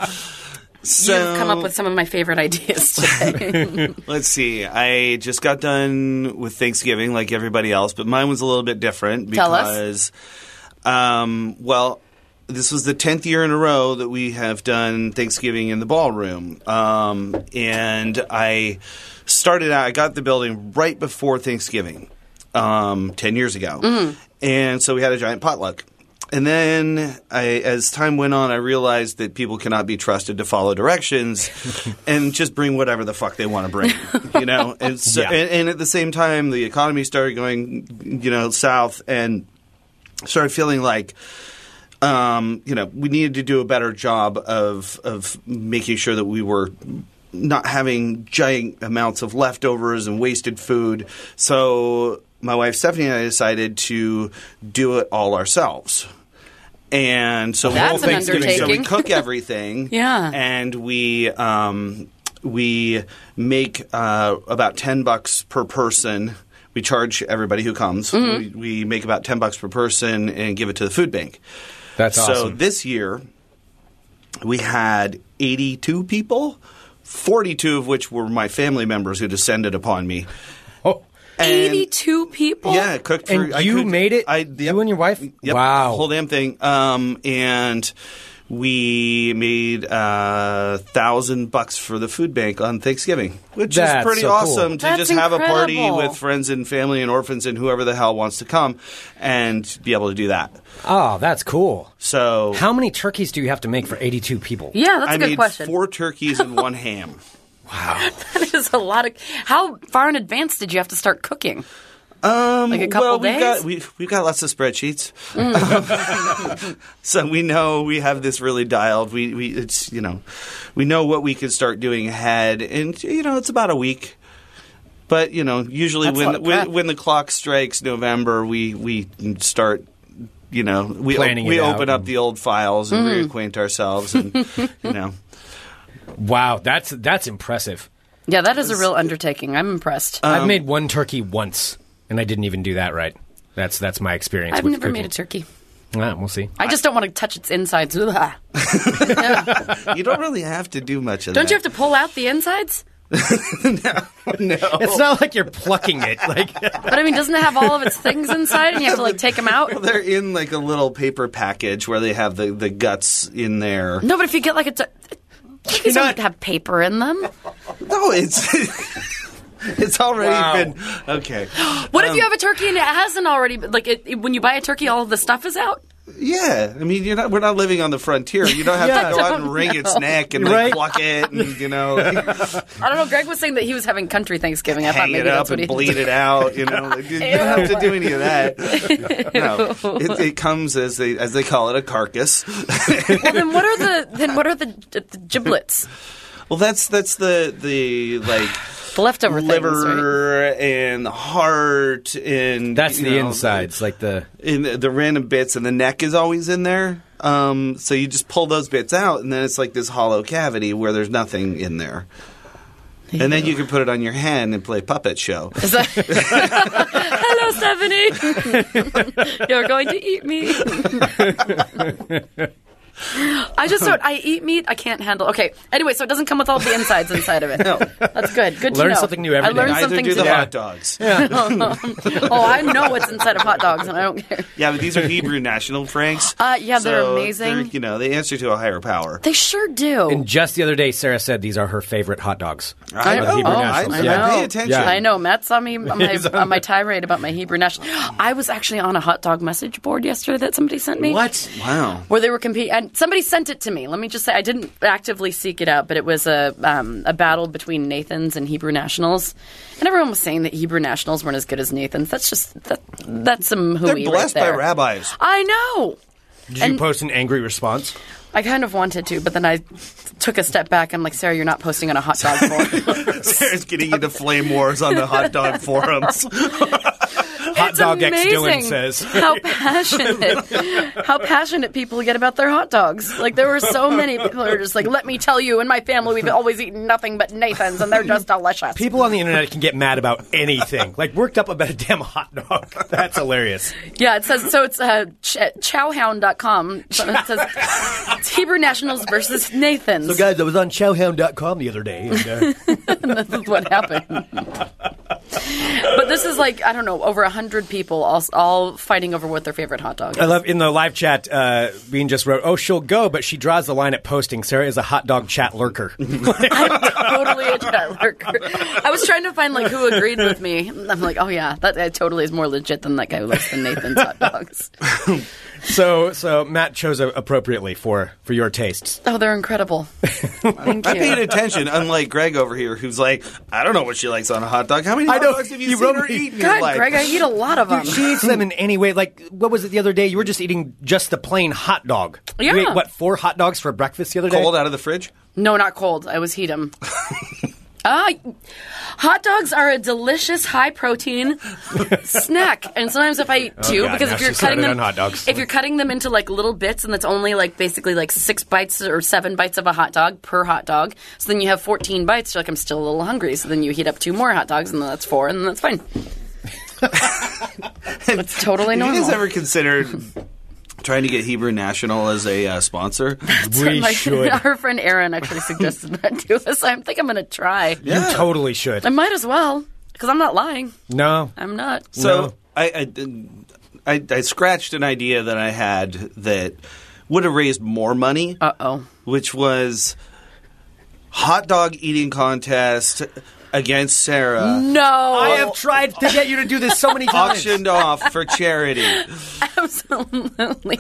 [SPEAKER 8] so
[SPEAKER 6] You've come Mm-hmm. up with some of my favorite ideas
[SPEAKER 5] (laughs)
[SPEAKER 6] today.
[SPEAKER 8] let's see. I just got done with Thanksgiving, like everybody else, but mine was a little bit different
[SPEAKER 6] Tell us.
[SPEAKER 8] because, um, well, this was the tenth year in a row that we have done Thanksgiving in the ballroom, um, and I started out. I got the building right before Thanksgiving, um, ten years ago, and so we had a giant potluck. And then, I, as time went on, I realized that people cannot be trusted to follow directions and just bring whatever the fuck they want to bring, you know. And, so,
[SPEAKER 5] Yeah.
[SPEAKER 8] and, and at the same time, the economy started going, you know, south, and started feeling like um, you know, we needed to do a better job of of making sure that we were not having giant amounts of leftovers and wasted food. So my wife Stephanie and I decided to do it all ourselves. And so
[SPEAKER 6] That's
[SPEAKER 8] we,
[SPEAKER 5] an
[SPEAKER 8] So we
[SPEAKER 6] undertaking.
[SPEAKER 8] cook everything.
[SPEAKER 6] (laughs) Yeah.
[SPEAKER 8] And we um, we make uh, about ten bucks per person. We charge everybody who comes.
[SPEAKER 6] Mm-hmm.
[SPEAKER 8] We, we make about ten bucks per person and give it to the food bank.
[SPEAKER 5] That's
[SPEAKER 8] so
[SPEAKER 5] awesome.
[SPEAKER 8] this year we had 82 people, 42 of which were my family members who descended upon me.
[SPEAKER 5] Oh.
[SPEAKER 8] And-
[SPEAKER 6] Eighty-two people.
[SPEAKER 8] yeah, I cooked for
[SPEAKER 5] And
[SPEAKER 8] I
[SPEAKER 5] you
[SPEAKER 8] cooked-
[SPEAKER 5] made it? You and your wife?
[SPEAKER 8] Yep,
[SPEAKER 5] Wow.
[SPEAKER 8] whole damn thing. Um, and we made a thousand bucks for the food bank on Thanksgiving, which
[SPEAKER 5] That's
[SPEAKER 8] is pretty
[SPEAKER 5] so cool.
[SPEAKER 8] awesome to
[SPEAKER 6] That's
[SPEAKER 8] just have a party
[SPEAKER 6] incredible.
[SPEAKER 8] with friends and family and orphans and whoever the hell wants to come, and be able to do that.
[SPEAKER 5] Oh, that's cool.
[SPEAKER 8] So
[SPEAKER 5] How many turkeys do you have to make for 82 people?
[SPEAKER 6] Yeah, Oh, that's a
[SPEAKER 8] I
[SPEAKER 6] good
[SPEAKER 8] made
[SPEAKER 6] question.
[SPEAKER 8] four turkeys and one (laughs) ham.
[SPEAKER 6] (laughs) That is a lot of. How far in advance did you have to start cooking? Um, like a couple
[SPEAKER 8] Mm, well,
[SPEAKER 6] days.
[SPEAKER 8] we've got we've, we've got lots of spreadsheets,
[SPEAKER 6] Mm.
[SPEAKER 8] (laughs) so we know we have this really dialed. We we it's you know we know what we can start doing ahead, and you know it's about a week. But you know, usually
[SPEAKER 6] That's a lot
[SPEAKER 8] when
[SPEAKER 6] of
[SPEAKER 8] when,
[SPEAKER 6] prep.
[SPEAKER 8] when the clock strikes November, we we start. You know, we
[SPEAKER 5] Planning
[SPEAKER 8] we
[SPEAKER 5] it out
[SPEAKER 8] open up
[SPEAKER 5] and-
[SPEAKER 8] the old files and
[SPEAKER 6] Mm.
[SPEAKER 8] reacquaint ourselves,
[SPEAKER 6] (laughs)
[SPEAKER 8] and you know,
[SPEAKER 5] Wow, that's that's impressive.
[SPEAKER 6] yeah, that is a real undertaking. I'm impressed.
[SPEAKER 8] Uh,
[SPEAKER 5] I've made one turkey once, and I didn't even do that right. That's that's my experience.
[SPEAKER 6] I've
[SPEAKER 5] with
[SPEAKER 6] never
[SPEAKER 5] cooking.
[SPEAKER 6] made a turkey.
[SPEAKER 5] Ah, we'll see.
[SPEAKER 6] I just don't want to touch its insides. Ugh. Yeah.
[SPEAKER 8] you don't really have to do much of
[SPEAKER 6] Don't
[SPEAKER 8] that.
[SPEAKER 6] you have to pull out the insides?
[SPEAKER 5] (laughs) It's not like you're plucking it. Like
[SPEAKER 6] But I mean, doesn't it have all of its things inside, and you have to like take them out?
[SPEAKER 8] They're in like a little paper package where they have the, the guts in there.
[SPEAKER 6] No, but if you get like a, t- turkeys
[SPEAKER 8] Not-
[SPEAKER 6] don't have paper in them.
[SPEAKER 8] No, it's (laughs) it's already
[SPEAKER 5] Wow.
[SPEAKER 8] been okay.
[SPEAKER 6] What if you
[SPEAKER 8] Um,
[SPEAKER 6] have a turkey and it hasn't already? Like it, it- when you buy a turkey, all of the stuff is out.
[SPEAKER 8] Yeah, I mean, you're not. We're not living on the frontier. You don't have
[SPEAKER 5] Yeah.
[SPEAKER 8] to go out
[SPEAKER 6] I
[SPEAKER 8] and
[SPEAKER 6] don't
[SPEAKER 8] wring its neck and like,
[SPEAKER 5] Right.
[SPEAKER 8] pluck it, and you know, like,
[SPEAKER 6] I don't know. Greg was saying that he was having country Thanksgiving. I thought
[SPEAKER 8] hang
[SPEAKER 6] maybe
[SPEAKER 8] it
[SPEAKER 6] that's
[SPEAKER 8] up
[SPEAKER 6] what he (laughs)
[SPEAKER 8] and bleed it out. You know, like, you don't have to do any of that. No, it, it comes as they as they call it a carcass. (laughs)
[SPEAKER 6] Well, then what are the then what are the, the giblets?
[SPEAKER 8] well, that's that's the the like.
[SPEAKER 6] The leftover things. right?
[SPEAKER 8] Liver and the heart
[SPEAKER 5] (laughs)
[SPEAKER 8] and
[SPEAKER 5] that's
[SPEAKER 8] you
[SPEAKER 5] the
[SPEAKER 8] know,
[SPEAKER 5] insides, like the
[SPEAKER 8] in the, the random bits, and the neck is always in there. Um, so you just pull those bits out, and then it's like this hollow cavity where there's nothing in there. And then you can put it on your hand and play puppet show.
[SPEAKER 6] Is that- (laughs) Hello, Stephanie. (laughs) You're going to eat me. I just don't. I eat meat. I can't handle. Okay. Anyway, so it doesn't come with all the insides inside of it. No, that's good. Good to
[SPEAKER 5] Learn
[SPEAKER 6] know.
[SPEAKER 5] something new every
[SPEAKER 6] I
[SPEAKER 5] day.
[SPEAKER 6] learned
[SPEAKER 8] Neither
[SPEAKER 6] something
[SPEAKER 8] do the
[SPEAKER 6] today.
[SPEAKER 8] hot dogs. Yeah.
[SPEAKER 6] Oh, I know what's inside of hot dogs, and I don't care.
[SPEAKER 8] but these are Hebrew national franks.
[SPEAKER 6] (gasps) Uh, yeah, they're
[SPEAKER 8] so
[SPEAKER 6] amazing.
[SPEAKER 8] you know, they answer to a higher power.
[SPEAKER 6] They sure do.
[SPEAKER 5] And just the other day, Sarah said these are her favorite hot dogs.
[SPEAKER 8] I,
[SPEAKER 5] know. Hebrew
[SPEAKER 6] oh,
[SPEAKER 5] nationals.
[SPEAKER 6] I
[SPEAKER 8] I,
[SPEAKER 6] know.
[SPEAKER 8] I pay attention.
[SPEAKER 5] Yeah.
[SPEAKER 6] I know. Matt saw me on my,
[SPEAKER 5] He's on
[SPEAKER 6] on my tirade about my Hebrew national. (gasps) I was actually on a hot dog message board yesterday that somebody sent me.
[SPEAKER 5] What?
[SPEAKER 8] Wow.
[SPEAKER 6] Where they were competing, and somebody sent it to me. Let me just say, I didn't actively seek it out, but it was a um, a battle between Nathans and Hebrew Nationals, and everyone was saying that Hebrew Nationals weren't as good as Nathans. That's just that, that's some hooey
[SPEAKER 8] They're blessed
[SPEAKER 6] right there.
[SPEAKER 8] by rabbis. (laughs)
[SPEAKER 6] (laughs) I know.
[SPEAKER 5] Did you
[SPEAKER 6] And-
[SPEAKER 5] post an angry response?
[SPEAKER 6] I kind of wanted to, but then I took a step back. I'm like, Sarah, you're not posting on a hot dog
[SPEAKER 8] (laughs)
[SPEAKER 6] board.
[SPEAKER 8] Sarah's getting into flame wars on the hot dog forums.
[SPEAKER 5] Hot
[SPEAKER 6] It's
[SPEAKER 5] dog ex Dylan
[SPEAKER 6] amazing
[SPEAKER 5] says.
[SPEAKER 6] (laughs) how passionate how passionate people get about their hot dogs. Like there were so many people who are just like, let me tell you, in my family we've always eaten nothing but Nathan's and they're just delicious.
[SPEAKER 5] People on the internet can get mad about anything. Like worked up about a damn hot dog. (laughs) That's hilarious.
[SPEAKER 6] Yeah, it says so. It's uh, ch- chowhound.com. So it says it's Hebrew Nationals versus Nathan's.
[SPEAKER 5] So guys, I was on chowhound.com the other day. And, uh,
[SPEAKER 6] this is what happened. but this is like I don't know, over hundred people all, all fighting over what their favorite hot dog. Is.
[SPEAKER 5] (laughs) I love in the live chat, uh, Bean just wrote, Oh, she'll go, but she draws the line at posting. Sarah is a hot dog chat lurker. (laughs)
[SPEAKER 6] totally a chat lurker. I was trying to find like who agreed with me. I'm like, oh yeah, that, that totally is more legit than that guy who likes the Nathan's hot dogs.
[SPEAKER 5] so so Matt chose a- appropriately for, for your tastes.
[SPEAKER 6] Oh, they're
[SPEAKER 8] (laughs)
[SPEAKER 6] incredible. Thank
[SPEAKER 8] I paid
[SPEAKER 6] you.
[SPEAKER 8] attention, unlike Greg over here, who's like, I don't know what she likes on a hot dog. How many hot
[SPEAKER 5] know.
[SPEAKER 8] dogs have you,
[SPEAKER 5] You
[SPEAKER 8] seen
[SPEAKER 5] wrote
[SPEAKER 8] her
[SPEAKER 5] me.
[SPEAKER 8] eat? in your
[SPEAKER 6] God,
[SPEAKER 8] life?
[SPEAKER 6] Greg, I eat a lot
[SPEAKER 8] (laughs)
[SPEAKER 6] of them.
[SPEAKER 5] She eats them in any way. Like, what was it the other day? You were just eating just the plain hot dog. You
[SPEAKER 6] Yeah.
[SPEAKER 5] ate, what, four hot dogs for breakfast the other day?
[SPEAKER 8] cold out of the fridge.
[SPEAKER 6] No, not cold. I was
[SPEAKER 5] (laughs)
[SPEAKER 6] heat 'em. Ah, hot dogs are a delicious high
[SPEAKER 5] (laughs)
[SPEAKER 6] protein snack, and sometimes if I eat two,
[SPEAKER 5] Oh, God,
[SPEAKER 6] because
[SPEAKER 5] now
[SPEAKER 6] if you're
[SPEAKER 5] she
[SPEAKER 6] cutting
[SPEAKER 5] started
[SPEAKER 6] them,
[SPEAKER 5] on hot dogs.
[SPEAKER 6] if you're cutting them into like little bits, and that's only like basically like six bites or seven bites of a hot dog per hot dog, so then you have fourteen bites. You're like, I'm still a little hungry, so then you heat up two more hot dogs, and then that's four, and then
[SPEAKER 5] (laughs)
[SPEAKER 6] that's fine. that's totally
[SPEAKER 8] Have you guys
[SPEAKER 6] normal.
[SPEAKER 8] ever considered trying to get Hebrew National as a uh,
[SPEAKER 6] (laughs)
[SPEAKER 8] sponsor?
[SPEAKER 5] we
[SPEAKER 6] (laughs) My-
[SPEAKER 5] should.
[SPEAKER 6] Our friend Aaron actually suggested that to us. I think I'm going to try.
[SPEAKER 5] You
[SPEAKER 8] Yeah.
[SPEAKER 5] totally should.
[SPEAKER 6] I might as well, because I'm not lying.
[SPEAKER 5] No.
[SPEAKER 6] I'm not.
[SPEAKER 8] So
[SPEAKER 5] No.
[SPEAKER 8] I, I, didn't- I, I scratched an idea that I had that would have raised more money,
[SPEAKER 6] Uh oh.
[SPEAKER 8] which was hot dog eating contest against Sarah.
[SPEAKER 6] No. (laughs)
[SPEAKER 5] I have tried to get you to do this so many times.
[SPEAKER 8] Auctioned off for charity.
[SPEAKER 6] (laughs) absolutely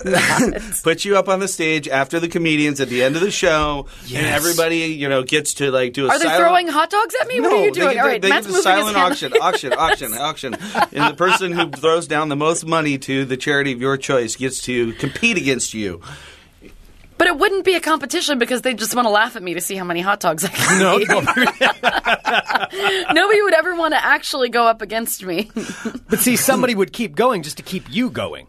[SPEAKER 6] not.
[SPEAKER 8] Put you up on the stage after the comedians at the end of the show, and
[SPEAKER 5] Yes.
[SPEAKER 8] everybody, you know, gets to like do a.
[SPEAKER 6] Are they
[SPEAKER 8] silent-
[SPEAKER 6] throwing hot dogs at me?
[SPEAKER 8] No,
[SPEAKER 6] what are you
[SPEAKER 8] they
[SPEAKER 6] doing?
[SPEAKER 8] give
[SPEAKER 6] All
[SPEAKER 8] the-
[SPEAKER 6] right,
[SPEAKER 8] they
[SPEAKER 6] Matt's
[SPEAKER 8] give the
[SPEAKER 6] moving his
[SPEAKER 8] silent
[SPEAKER 6] hand.
[SPEAKER 8] auction, auction, auction,
[SPEAKER 6] (laughs)
[SPEAKER 8] auction, and the person who throws down the most money to the charity of your choice gets to compete against you.
[SPEAKER 6] But it wouldn't be a competition because they just want to laugh at me to see how many hot dogs I
[SPEAKER 5] (laughs)
[SPEAKER 6] can no, eat. Nobody would ever want to actually go up against me.
[SPEAKER 5] But see, somebody would keep going just to keep you going.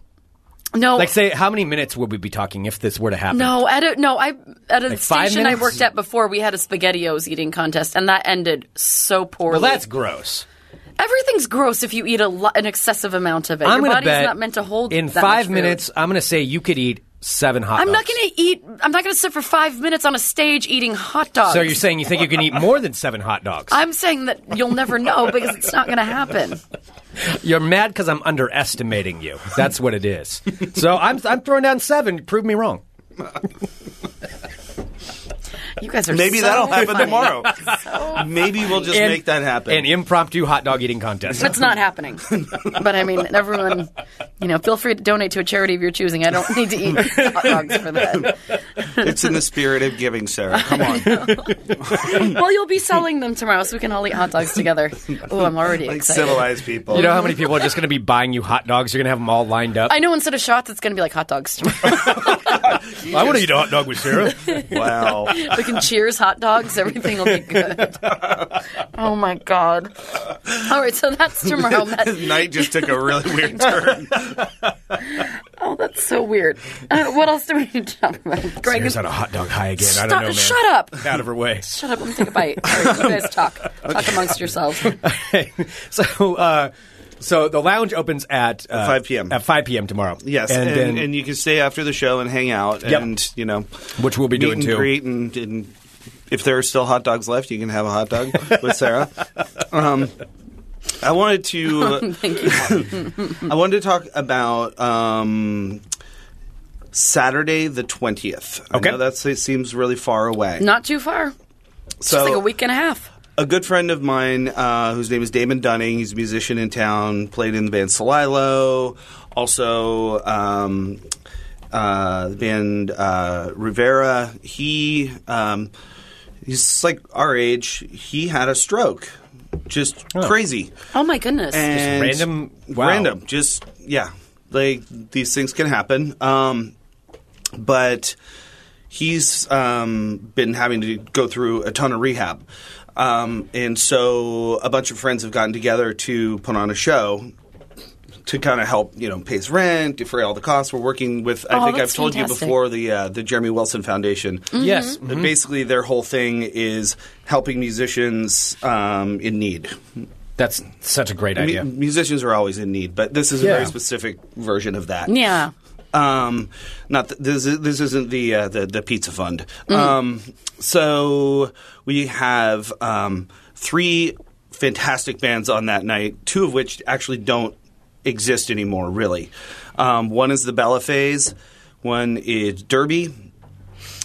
[SPEAKER 6] No.
[SPEAKER 5] Like, say, how many minutes would we be talking if this were to happen?
[SPEAKER 6] no, at a, no, I at a
[SPEAKER 5] five
[SPEAKER 6] station I
[SPEAKER 5] minutes?
[SPEAKER 6] worked at before we had a SpaghettiOs eating contest, and that ended so poorly.
[SPEAKER 5] Well, that's gross.
[SPEAKER 6] Everything's gross if you eat a lo- an excessive amount of it.
[SPEAKER 5] I'm
[SPEAKER 6] Your
[SPEAKER 5] gonna
[SPEAKER 6] body's
[SPEAKER 5] bet
[SPEAKER 6] not meant to hold
[SPEAKER 5] in
[SPEAKER 6] that much
[SPEAKER 5] five
[SPEAKER 6] food.
[SPEAKER 5] minutes. I'm going to say you could eat seven hot
[SPEAKER 6] I'm
[SPEAKER 5] dogs.
[SPEAKER 6] not going to eat. I'm not going to sit for five minutes on a stage eating hot dogs.
[SPEAKER 5] So you're saying you think you can eat more than seven hot dogs?
[SPEAKER 6] I'm saying that you'll never know because it's not going to happen.
[SPEAKER 5] You're mad because I'm underestimating you. That's what it is. so I'm I'm throwing down seven. Prove me wrong.
[SPEAKER 6] You guys are
[SPEAKER 8] Maybe
[SPEAKER 6] so
[SPEAKER 8] that'll happen
[SPEAKER 5] (laughs)
[SPEAKER 6] funny.
[SPEAKER 8] tomorrow. Maybe we'll just
[SPEAKER 5] And-
[SPEAKER 8] make that happen.
[SPEAKER 5] An impromptu hot dog eating contest.
[SPEAKER 6] It's not happening. But I mean, everyone, you know, feel free to donate to a charity of your choosing. I don't need to eat hot dogs for that.
[SPEAKER 8] it's in the spirit of giving, Sarah. Come on.
[SPEAKER 5] (laughs)
[SPEAKER 6] Well, you'll be selling them tomorrow, so we can all eat hot dogs together. Oh, I'm already
[SPEAKER 8] like
[SPEAKER 6] excited.
[SPEAKER 8] civilized people.
[SPEAKER 5] you know how many people are just going to be buying you hot dogs? You're going to have them all lined up.
[SPEAKER 6] I know instead of shots, it's going to be like hot dogs tomorrow.
[SPEAKER 5] I want to eat a hot dog with
[SPEAKER 6] (laughs)
[SPEAKER 5] Sarah.
[SPEAKER 8] wow.
[SPEAKER 6] we can cheers hot dogs. Everything will be
[SPEAKER 8] (laughs)
[SPEAKER 6] good. Oh, my God.
[SPEAKER 8] (laughs)
[SPEAKER 6] All right, so that's tomorrow. Matt. (laughs)
[SPEAKER 8] Night just took a really weird turn.
[SPEAKER 6] Oh, that's so weird. Uh, what else do we need to talk about? Greg,
[SPEAKER 5] Here's on a hot dog high again. I
[SPEAKER 6] stop,
[SPEAKER 5] don't know, man.
[SPEAKER 6] shut up.
[SPEAKER 5] Out of her
[SPEAKER 6] (laughs)
[SPEAKER 5] way. (laughs)
[SPEAKER 6] Shut up. Let me take a bite. All right, you guys
[SPEAKER 8] (laughs)
[SPEAKER 6] talk. Talk amongst yourselves. (laughs)
[SPEAKER 5] so, uh, so the lounge opens at uh,
[SPEAKER 8] 5 p.m..
[SPEAKER 5] At 5 p.m. tomorrow.
[SPEAKER 8] Yes,
[SPEAKER 5] and,
[SPEAKER 8] and, and,
[SPEAKER 5] then,
[SPEAKER 8] you can stay after the show and hang out,
[SPEAKER 5] Yep.
[SPEAKER 8] and you know,
[SPEAKER 5] which we'll be
[SPEAKER 8] meet
[SPEAKER 5] doing
[SPEAKER 8] and
[SPEAKER 5] too.
[SPEAKER 8] greet, and, and if there are still hot dogs left, you can have a
[SPEAKER 5] (laughs)
[SPEAKER 8] hot dog with Sarah. Um, I wanted to,
[SPEAKER 6] Thank you.
[SPEAKER 8] I wanted to talk about. Um, Saturday the twentieth.
[SPEAKER 5] Okay.
[SPEAKER 8] I know that's, it seems really far away.
[SPEAKER 6] Not too far. It's
[SPEAKER 8] so
[SPEAKER 6] just like a week and a half.
[SPEAKER 8] a good friend of mine uh, whose name is Damon Dunning. He's a musician in town, played in the band Celilo, also um, uh, the band uh, Rivera. He um, he's like our age. He had a stroke, just crazy
[SPEAKER 6] Oh my goodness.
[SPEAKER 8] and
[SPEAKER 5] random- wow.
[SPEAKER 8] random. Just yeah, like these things can happen. Um, but he's um, been having to go through a ton of rehab. Um, and so a bunch of friends have gotten together to put on a show to kind of help, you know, pay his rent, defray all the costs. We're working with, I
[SPEAKER 6] Oh,
[SPEAKER 8] think I've
[SPEAKER 6] that's
[SPEAKER 8] told
[SPEAKER 6] fantastic. Mm-hmm.
[SPEAKER 8] you before, the uh, the Jeremy Wilson Foundation.
[SPEAKER 5] Yes.
[SPEAKER 8] But Basically, their whole thing is helping musicians um, in need.
[SPEAKER 5] That's such a great
[SPEAKER 8] Mu-
[SPEAKER 5] idea.
[SPEAKER 8] musicians are always in need, but this is a
[SPEAKER 5] Yeah.
[SPEAKER 8] very specific version of that.
[SPEAKER 6] yeah.
[SPEAKER 8] Um, not th- this. is- This isn't the uh, the, the pizza fund. Um, so we have um, three fantastic bands on that night. Two of which actually don't exist anymore. Really, um, one is the Bella Phase, one is Derby,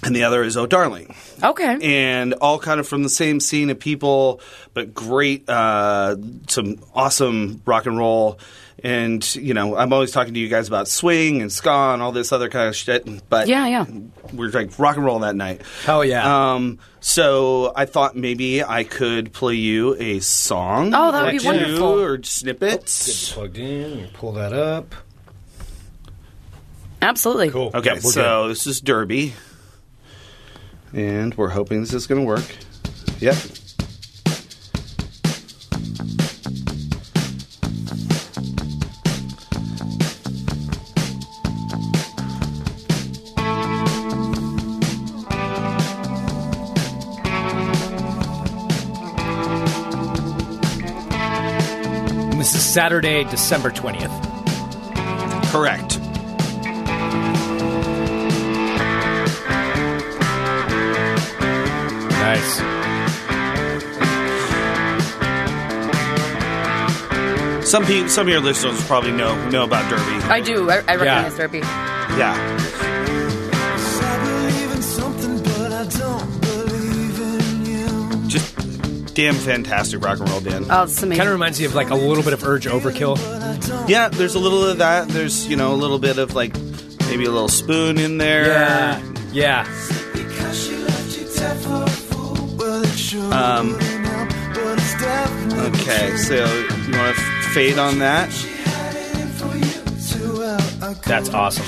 [SPEAKER 8] and the other is Oh Darling
[SPEAKER 6] Okay.
[SPEAKER 8] and all kind of from the same scene of people, but great, uh, some awesome rock and roll. And you know, I'm always talking to you guys about swing and ska and all this other kind of shit. But
[SPEAKER 6] Yeah, yeah.
[SPEAKER 8] we're like rock and roll that night.
[SPEAKER 5] Hell yeah.
[SPEAKER 8] Um, so I thought maybe I could play you a song.
[SPEAKER 6] Oh, that would
[SPEAKER 8] or
[SPEAKER 6] be
[SPEAKER 8] two
[SPEAKER 6] wonderful.
[SPEAKER 8] Or snippets.
[SPEAKER 5] Plugged in. You pull that up.
[SPEAKER 6] Absolutely.
[SPEAKER 5] Cool.
[SPEAKER 8] Okay,
[SPEAKER 5] Yeah, we're
[SPEAKER 8] so this is Derby, and we're hoping this is going to work. Yep.
[SPEAKER 5] good. this is Saturday, December 20th.
[SPEAKER 8] Correct.
[SPEAKER 5] Nice.
[SPEAKER 8] Some people, some of your listeners probably know know about Derby.
[SPEAKER 6] I do. I, I recognize
[SPEAKER 5] Yeah.
[SPEAKER 6] therapy.
[SPEAKER 8] Yeah, just damn fantastic rock and roll band.
[SPEAKER 6] Oh, it's amazing.
[SPEAKER 5] Kind of reminds me of like a little bit of Urge Overkill.
[SPEAKER 6] Oh.
[SPEAKER 8] yeah, there's a little of that. There's you know a little bit of like maybe a little spoon in there.
[SPEAKER 5] Yeah.
[SPEAKER 8] Um. Okay, so you want to fade on that?
[SPEAKER 5] That's awesome.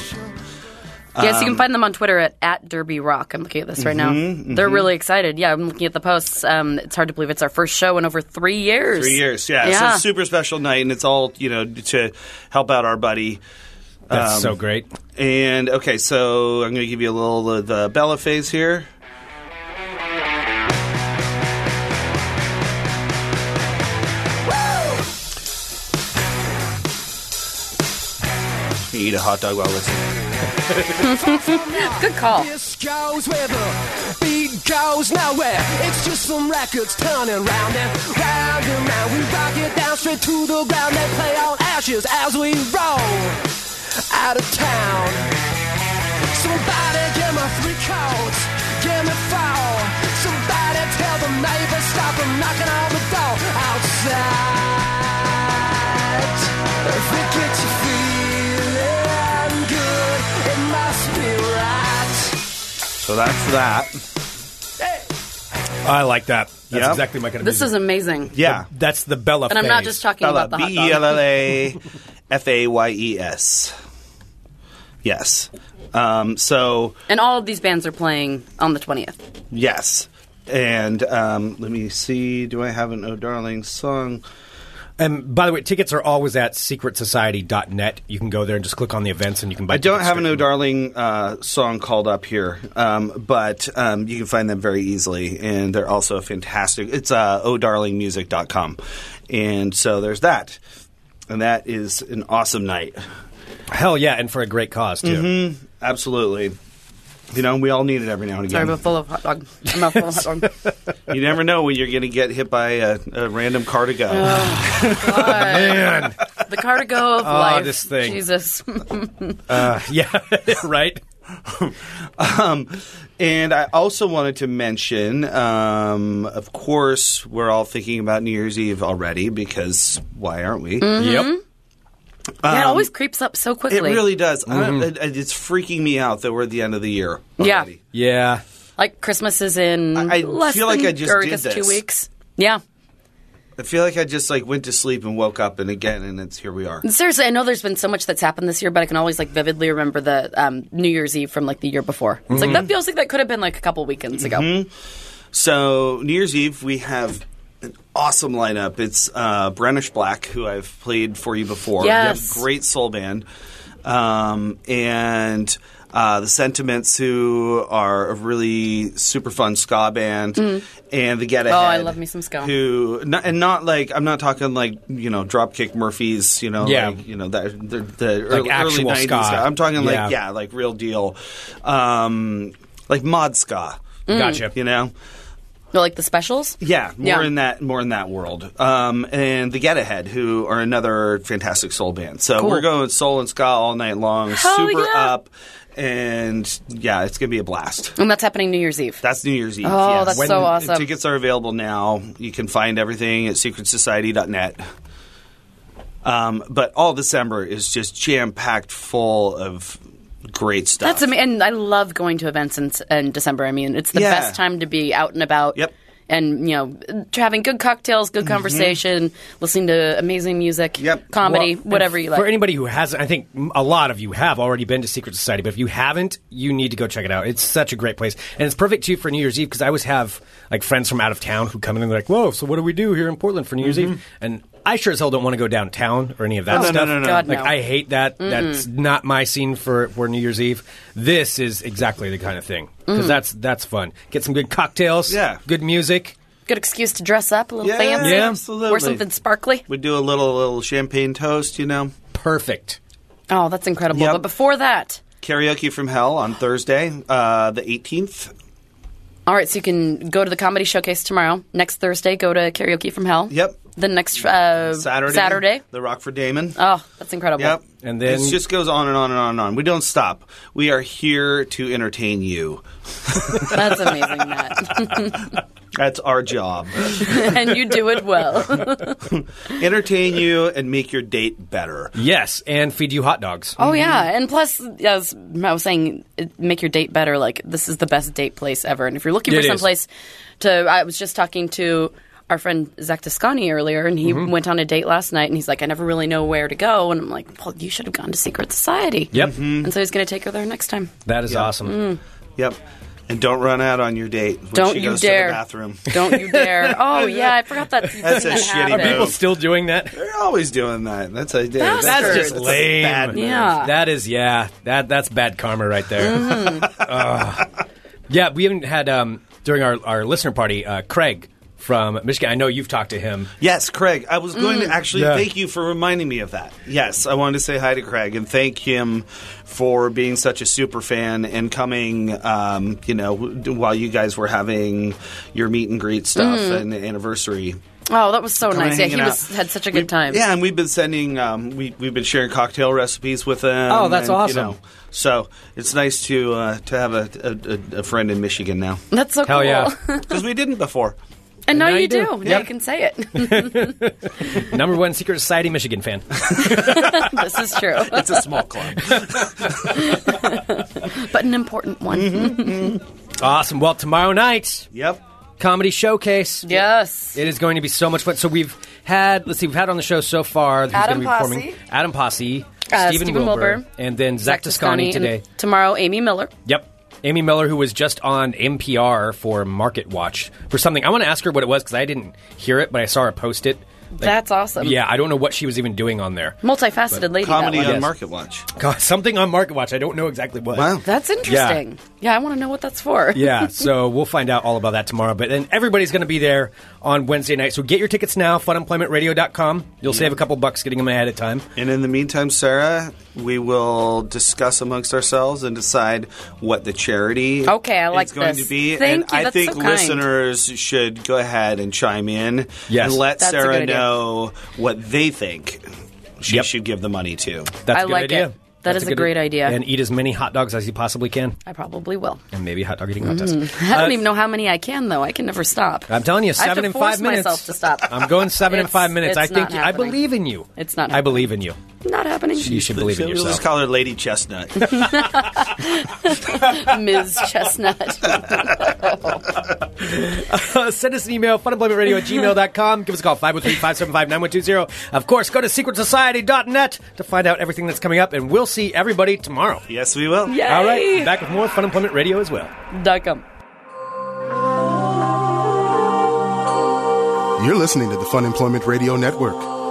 [SPEAKER 6] yes,
[SPEAKER 8] um,
[SPEAKER 6] you can find them on Twitter at, at Derby Rock. I'm looking at this right now.
[SPEAKER 8] Mm-hmm,
[SPEAKER 6] They're really excited. Yeah, I'm looking at the posts. Um, it's hard to believe it's our first show in over three years.
[SPEAKER 8] Three years. Yeah, so
[SPEAKER 6] Yeah.
[SPEAKER 8] it's a super special night, and it's all you know to help out our buddy.
[SPEAKER 5] That's
[SPEAKER 8] Um,
[SPEAKER 5] so great.
[SPEAKER 8] And okay, so I'm going to give you a little of the Bella phase here. You eat a hot dog while listening.
[SPEAKER 6] Good call.
[SPEAKER 9] This goes where the beat goes nowhere. It's just some records turning round and round and round. We rock it down straight to the ground. They play all ashes as we roll out of town. Somebody give me three codes, give me four. Somebody tell the neighbors stop them knocking on the door outside. If it gets you feeling good, it must be right.
[SPEAKER 8] So that's that.
[SPEAKER 5] I like that. That's
[SPEAKER 8] Yep.
[SPEAKER 5] exactly my kind of
[SPEAKER 6] This
[SPEAKER 5] music.
[SPEAKER 6] is amazing.
[SPEAKER 8] Yeah.
[SPEAKER 5] That's the Bella
[SPEAKER 6] And I'm not
[SPEAKER 5] phase.
[SPEAKER 6] just talking
[SPEAKER 8] Bella,
[SPEAKER 6] about the hot
[SPEAKER 8] B
[SPEAKER 6] dog.
[SPEAKER 8] E L L A F A Y E S. Yes. Um, so,
[SPEAKER 6] And all of these bands are playing on the 20th.
[SPEAKER 8] yes. And um, let me see. Do I have an Oh Darling song?
[SPEAKER 5] And by the way, tickets are always at secretsociety.net. You can go there and just click on the events and you can buy
[SPEAKER 8] I don't
[SPEAKER 5] tickets
[SPEAKER 8] have an
[SPEAKER 5] straight
[SPEAKER 8] "Oh
[SPEAKER 5] from-
[SPEAKER 8] Darling" uh, song called up here, um, but um, you can find them very easily, and they're also fantastic. It's uh, odarlingmusic.com, and so there's that, and that is an awesome night,
[SPEAKER 5] Hell yeah, and for a great cause, too.
[SPEAKER 8] absolutely. You know, we all need it every now and
[SPEAKER 6] Sorry,
[SPEAKER 8] again.
[SPEAKER 6] but full of hot dog. A mouthful of hot dog.
[SPEAKER 8] (laughs) you never know when you're going to get hit by a, a random cardigan. Mm-hmm.
[SPEAKER 5] (laughs) Man.
[SPEAKER 6] The Cardigo of
[SPEAKER 8] Oh,
[SPEAKER 6] life.
[SPEAKER 5] this thing.
[SPEAKER 6] Jesus. (laughs)
[SPEAKER 5] yeah, (laughs) right?
[SPEAKER 8] (laughs) Um, and I also wanted to mention, um, of course, we're all thinking about New Year's Eve already because why aren't we?
[SPEAKER 6] Mm-hmm.
[SPEAKER 5] Yep.
[SPEAKER 6] yeah, it always creeps up so quickly.
[SPEAKER 8] It really does. I don't- it- it's freaking me out that we're at the end of the year.
[SPEAKER 6] Yeah.
[SPEAKER 8] already.
[SPEAKER 5] Yeah.
[SPEAKER 6] Like Christmas is in
[SPEAKER 8] I- I
[SPEAKER 6] less
[SPEAKER 8] feel
[SPEAKER 6] than,
[SPEAKER 8] like I just
[SPEAKER 6] or
[SPEAKER 8] did
[SPEAKER 6] guess two
[SPEAKER 8] this.
[SPEAKER 6] weeks. Yeah.
[SPEAKER 8] I feel like I just like went to sleep and woke up, and again, and it's here we are.
[SPEAKER 6] Seriously, I know there's been so much that's happened this year, but I can always like vividly remember the um, New Year's Eve from like the year before. It's
[SPEAKER 8] Mm-hmm.
[SPEAKER 6] like that feels like that could have been like a couple weekends ago.
[SPEAKER 8] So New Year's Eve, we have an awesome lineup. It's uh, Brennish Black, who I've played for you before.
[SPEAKER 6] Yes.
[SPEAKER 8] Yep, great soul band, um, and uh, the Sentiments, who are a really super fun ska band, and the Get Ahead.
[SPEAKER 6] Mm. Oh, I love me some ska.
[SPEAKER 8] Who not, and not like I'm not talking like you know Dropkick Murphys, you know,
[SPEAKER 5] Yeah.
[SPEAKER 8] like, you know that the, the early, early
[SPEAKER 5] actual
[SPEAKER 8] 90s.
[SPEAKER 5] ska.
[SPEAKER 8] Ska. I'm talking
[SPEAKER 5] Yeah.
[SPEAKER 8] like yeah, like real deal, um, like mod ska.
[SPEAKER 6] Mm.
[SPEAKER 5] Gotcha.
[SPEAKER 8] You know,
[SPEAKER 6] Or like the specials.
[SPEAKER 8] yeah, more
[SPEAKER 6] Yeah.
[SPEAKER 8] in that more in that world. Um, and the Get Ahead, who are another fantastic soul band. So we're going soul and ska all night long,
[SPEAKER 6] Hell
[SPEAKER 8] super
[SPEAKER 6] yeah.
[SPEAKER 8] up, and yeah, it's gonna be a blast.
[SPEAKER 6] And that's happening New Year's Eve.
[SPEAKER 8] That's New Year's Eve.
[SPEAKER 6] Oh,
[SPEAKER 8] yes.
[SPEAKER 6] that's so awesome.
[SPEAKER 8] Tickets are available now. You can find everything at secretsociety.net. Um, but all December is just jam packed full of great stuff.
[SPEAKER 6] That's amazing. And I love going to events in, in December. I mean, it's the
[SPEAKER 8] Yeah.
[SPEAKER 6] best time to be out and about.
[SPEAKER 8] Yep. Mm-hmm.
[SPEAKER 6] And, you know, having good cocktails, good conversation, listening to amazing music,
[SPEAKER 8] Yep.
[SPEAKER 6] comedy,
[SPEAKER 5] Well,
[SPEAKER 6] whatever
[SPEAKER 5] and
[SPEAKER 6] you like.
[SPEAKER 5] For anybody who hasn't, I think m- a lot of you have already been to Secret Society, but if you haven't, you need to go check it out. It's such a great place, and it's perfect too for New Year's Eve because I always have like friends from out of town who come in and they're like, "Whoa, so what do we do here in Portland for New Year's Eve?" And I sure as hell don't want to go downtown or any of that
[SPEAKER 8] Mm-hmm. Oh, no,
[SPEAKER 5] stuff.
[SPEAKER 8] no, no, no. God,
[SPEAKER 5] Like
[SPEAKER 6] no.
[SPEAKER 5] I hate that. That's not my scene for for New Year's Eve. This is exactly the kind of thing
[SPEAKER 6] Mm.
[SPEAKER 5] because that's that's fun. Get some good cocktails.
[SPEAKER 8] Yeah.
[SPEAKER 5] Good music.
[SPEAKER 6] good excuse to dress up a little
[SPEAKER 8] Yeah,
[SPEAKER 6] fancy.
[SPEAKER 5] Yeah.
[SPEAKER 6] Wear
[SPEAKER 8] absolutely.
[SPEAKER 6] something sparkly.
[SPEAKER 8] we do a little little champagne toast, you know.
[SPEAKER 5] Perfect.
[SPEAKER 6] Oh, that's incredible.
[SPEAKER 8] Yep.
[SPEAKER 6] But before that,
[SPEAKER 8] Karaoke from Hell on Thursday, uh, the 18th.
[SPEAKER 6] all right, so you can go to the comedy showcase tomorrow. Next Thursday, go to Karaoke from Hell.
[SPEAKER 8] Yep.
[SPEAKER 6] The next uh,
[SPEAKER 8] Saturday.
[SPEAKER 6] Saturday.
[SPEAKER 8] The Rockford Damon.
[SPEAKER 6] Oh, that's incredible.
[SPEAKER 8] Yep.
[SPEAKER 5] And then-
[SPEAKER 8] it just goes on and on and on and on. We don't stop. We are here to entertain you.
[SPEAKER 6] That's amazing, Matt. (laughs)
[SPEAKER 8] That's our job.
[SPEAKER 6] and you do it well.
[SPEAKER 8] entertain you and make your date better.
[SPEAKER 5] Yes, and feed you hot dogs.
[SPEAKER 6] Oh yeah, and plus, as I was saying, it- make your date better. Like this is the best date place ever, and if you're looking
[SPEAKER 5] It
[SPEAKER 6] for
[SPEAKER 5] is.
[SPEAKER 6] some place to, I was just talking to our friend Zach Toscani earlier, and he went on a date last night, and he's like, I never really know where to go, and I'm like, well, you should have gone to Secret Society.
[SPEAKER 5] Yep.
[SPEAKER 8] Mm-hmm.
[SPEAKER 6] And so he's going to take her there next time.
[SPEAKER 5] That is awesome.
[SPEAKER 6] Mm.
[SPEAKER 8] Yep. And don't run out on your date when
[SPEAKER 6] Don't
[SPEAKER 8] she
[SPEAKER 6] you
[SPEAKER 8] goes
[SPEAKER 6] dare.
[SPEAKER 8] to the bathroom.
[SPEAKER 6] Don't you dare! oh yeah, I forgot that.
[SPEAKER 8] That's a
[SPEAKER 6] that
[SPEAKER 8] shitty
[SPEAKER 6] happened.
[SPEAKER 8] move.
[SPEAKER 5] People still doing
[SPEAKER 6] (laughs)
[SPEAKER 5] that?
[SPEAKER 8] They're always doing that. That's a
[SPEAKER 6] Bastards.
[SPEAKER 8] that's,
[SPEAKER 5] That's just
[SPEAKER 8] that's a
[SPEAKER 5] lame.
[SPEAKER 8] bad move.
[SPEAKER 6] Yeah.
[SPEAKER 5] That is, yeah. That that's bad karma right there.
[SPEAKER 6] Mm-hmm.
[SPEAKER 5] (laughs) Ugh. yeah, we haven't had um, during our, our listener party, uh, Craig from Michigan. I know you've talked to him.
[SPEAKER 8] Yes, Craig. I was
[SPEAKER 6] Mm.
[SPEAKER 8] going to actually
[SPEAKER 5] Yeah.
[SPEAKER 8] thank you for reminding me of that. Yes, I wanted to say hi to Craig and thank him for being such a super fan and coming. Um, you know, w- while you guys were having your meet and greet stuff and the anniversary.
[SPEAKER 6] Mm. Oh, that was so
[SPEAKER 8] coming
[SPEAKER 6] nice. Yeah, he
[SPEAKER 8] hanging out.
[SPEAKER 6] was had such a
[SPEAKER 8] We-
[SPEAKER 6] good time.
[SPEAKER 8] Yeah, and we've been sending. Um, we we've been sharing cocktail recipes with him.
[SPEAKER 5] Oh, that's
[SPEAKER 8] and, you
[SPEAKER 5] awesome.
[SPEAKER 8] know, so it's nice to uh, to have a, a, a- a friend in
[SPEAKER 6] (laughs)
[SPEAKER 8] Michigan now
[SPEAKER 6] that's so
[SPEAKER 5] Hell
[SPEAKER 6] cool. (laughs)
[SPEAKER 5] yeah.
[SPEAKER 8] because we didn't before.
[SPEAKER 6] and now,
[SPEAKER 5] now
[SPEAKER 6] you,
[SPEAKER 5] you do.
[SPEAKER 6] do. Now
[SPEAKER 5] Yep.
[SPEAKER 6] you can say it. (laughs)
[SPEAKER 5] Number one Secret Society Michigan fan.
[SPEAKER 6] this is true.
[SPEAKER 8] It's a
[SPEAKER 6] (laughs)
[SPEAKER 8] small club.
[SPEAKER 6] but an important one.
[SPEAKER 5] awesome. Well, tomorrow night,
[SPEAKER 8] yep.
[SPEAKER 5] comedy showcase.
[SPEAKER 6] Yes.
[SPEAKER 5] It is going to be so much fun. So we've had, let's see, we've had on the show so far. who's
[SPEAKER 6] Adam
[SPEAKER 5] gonna be performing-
[SPEAKER 6] Posse.
[SPEAKER 5] Adam Posse,
[SPEAKER 6] Uh,
[SPEAKER 5] Stephen,
[SPEAKER 6] Stephen
[SPEAKER 5] Wilbur,
[SPEAKER 6] Wilbur,
[SPEAKER 5] and then Zach, Toscani
[SPEAKER 6] and
[SPEAKER 5] today.
[SPEAKER 6] tomorrow, Amy Miller.
[SPEAKER 5] Yep. Amy Miller, who was just on NPR for Market Watch for something. I want to ask her what it was because I didn't hear it, but I saw her post it.
[SPEAKER 6] That's awesome.
[SPEAKER 5] Yeah, I don't know what she was even doing on there.
[SPEAKER 6] Multifaceted lady. that
[SPEAKER 8] Comedy
[SPEAKER 6] one.
[SPEAKER 8] on Market Watch.
[SPEAKER 5] God, something on Market Watch. I don't know exactly what.
[SPEAKER 8] Wow.
[SPEAKER 6] That's interesting. Yeah, I want to know what that's for.
[SPEAKER 5] yeah, so we'll find out all about that tomorrow. But then everybody's going to be there on Wednesday night. So get your tickets now, funemploymentradio.com. You'll save a couple bucks getting them ahead of time.
[SPEAKER 8] And in the meantime, Sarah, we will discuss amongst ourselves and decide what the charity
[SPEAKER 6] Okay, I like
[SPEAKER 8] is going
[SPEAKER 6] this.
[SPEAKER 8] to be.
[SPEAKER 6] Thank
[SPEAKER 8] and
[SPEAKER 6] you,
[SPEAKER 8] I
[SPEAKER 6] that's
[SPEAKER 8] think
[SPEAKER 6] so kind.
[SPEAKER 8] listeners should go ahead and chime in
[SPEAKER 5] Yes.
[SPEAKER 8] and let
[SPEAKER 6] That's a good
[SPEAKER 8] Sarah
[SPEAKER 6] idea.
[SPEAKER 8] know what they think she
[SPEAKER 5] Yep.
[SPEAKER 8] should give the money to.
[SPEAKER 5] That's
[SPEAKER 6] I
[SPEAKER 5] a good
[SPEAKER 6] like
[SPEAKER 5] idea.
[SPEAKER 6] it. That
[SPEAKER 5] That's
[SPEAKER 6] is a great idea.
[SPEAKER 5] And eat as many hot dogs as you possibly can.
[SPEAKER 6] I probably will.
[SPEAKER 5] And maybe a hot dog eating contest.
[SPEAKER 6] I don't even know how many I can though. I can never stop.
[SPEAKER 5] Uh, I'm telling you,
[SPEAKER 6] I have
[SPEAKER 5] seven
[SPEAKER 6] to
[SPEAKER 5] and
[SPEAKER 6] force
[SPEAKER 5] five minutes.
[SPEAKER 6] myself to stop.
[SPEAKER 5] I'm going seven and
[SPEAKER 6] It's-
[SPEAKER 5] five minutes. I
[SPEAKER 6] it's
[SPEAKER 5] think
[SPEAKER 6] not
[SPEAKER 5] I
[SPEAKER 6] happening.
[SPEAKER 5] believe in you.
[SPEAKER 6] It's not
[SPEAKER 5] I believe in you.
[SPEAKER 6] Not happening.
[SPEAKER 5] You should believe in
[SPEAKER 8] We'll
[SPEAKER 5] yourself.
[SPEAKER 8] just call her Lady Chestnut.
[SPEAKER 5] (laughs)
[SPEAKER 6] Ms.
[SPEAKER 5] (laughs)
[SPEAKER 6] Chestnut.
[SPEAKER 5] Uh, (laughs) send us an email, funemploymentradio at gmail.com. Give us a call, 503-575-9120. Of course, go to secretsociety.net to find out everything that's coming up, and we'll see everybody tomorrow.
[SPEAKER 8] yes, we will.
[SPEAKER 6] Yay!
[SPEAKER 5] All right, back with more Fun Employment Radio as well.
[SPEAKER 6] Dot com.
[SPEAKER 1] You're listening to the Fun Employment Radio Network.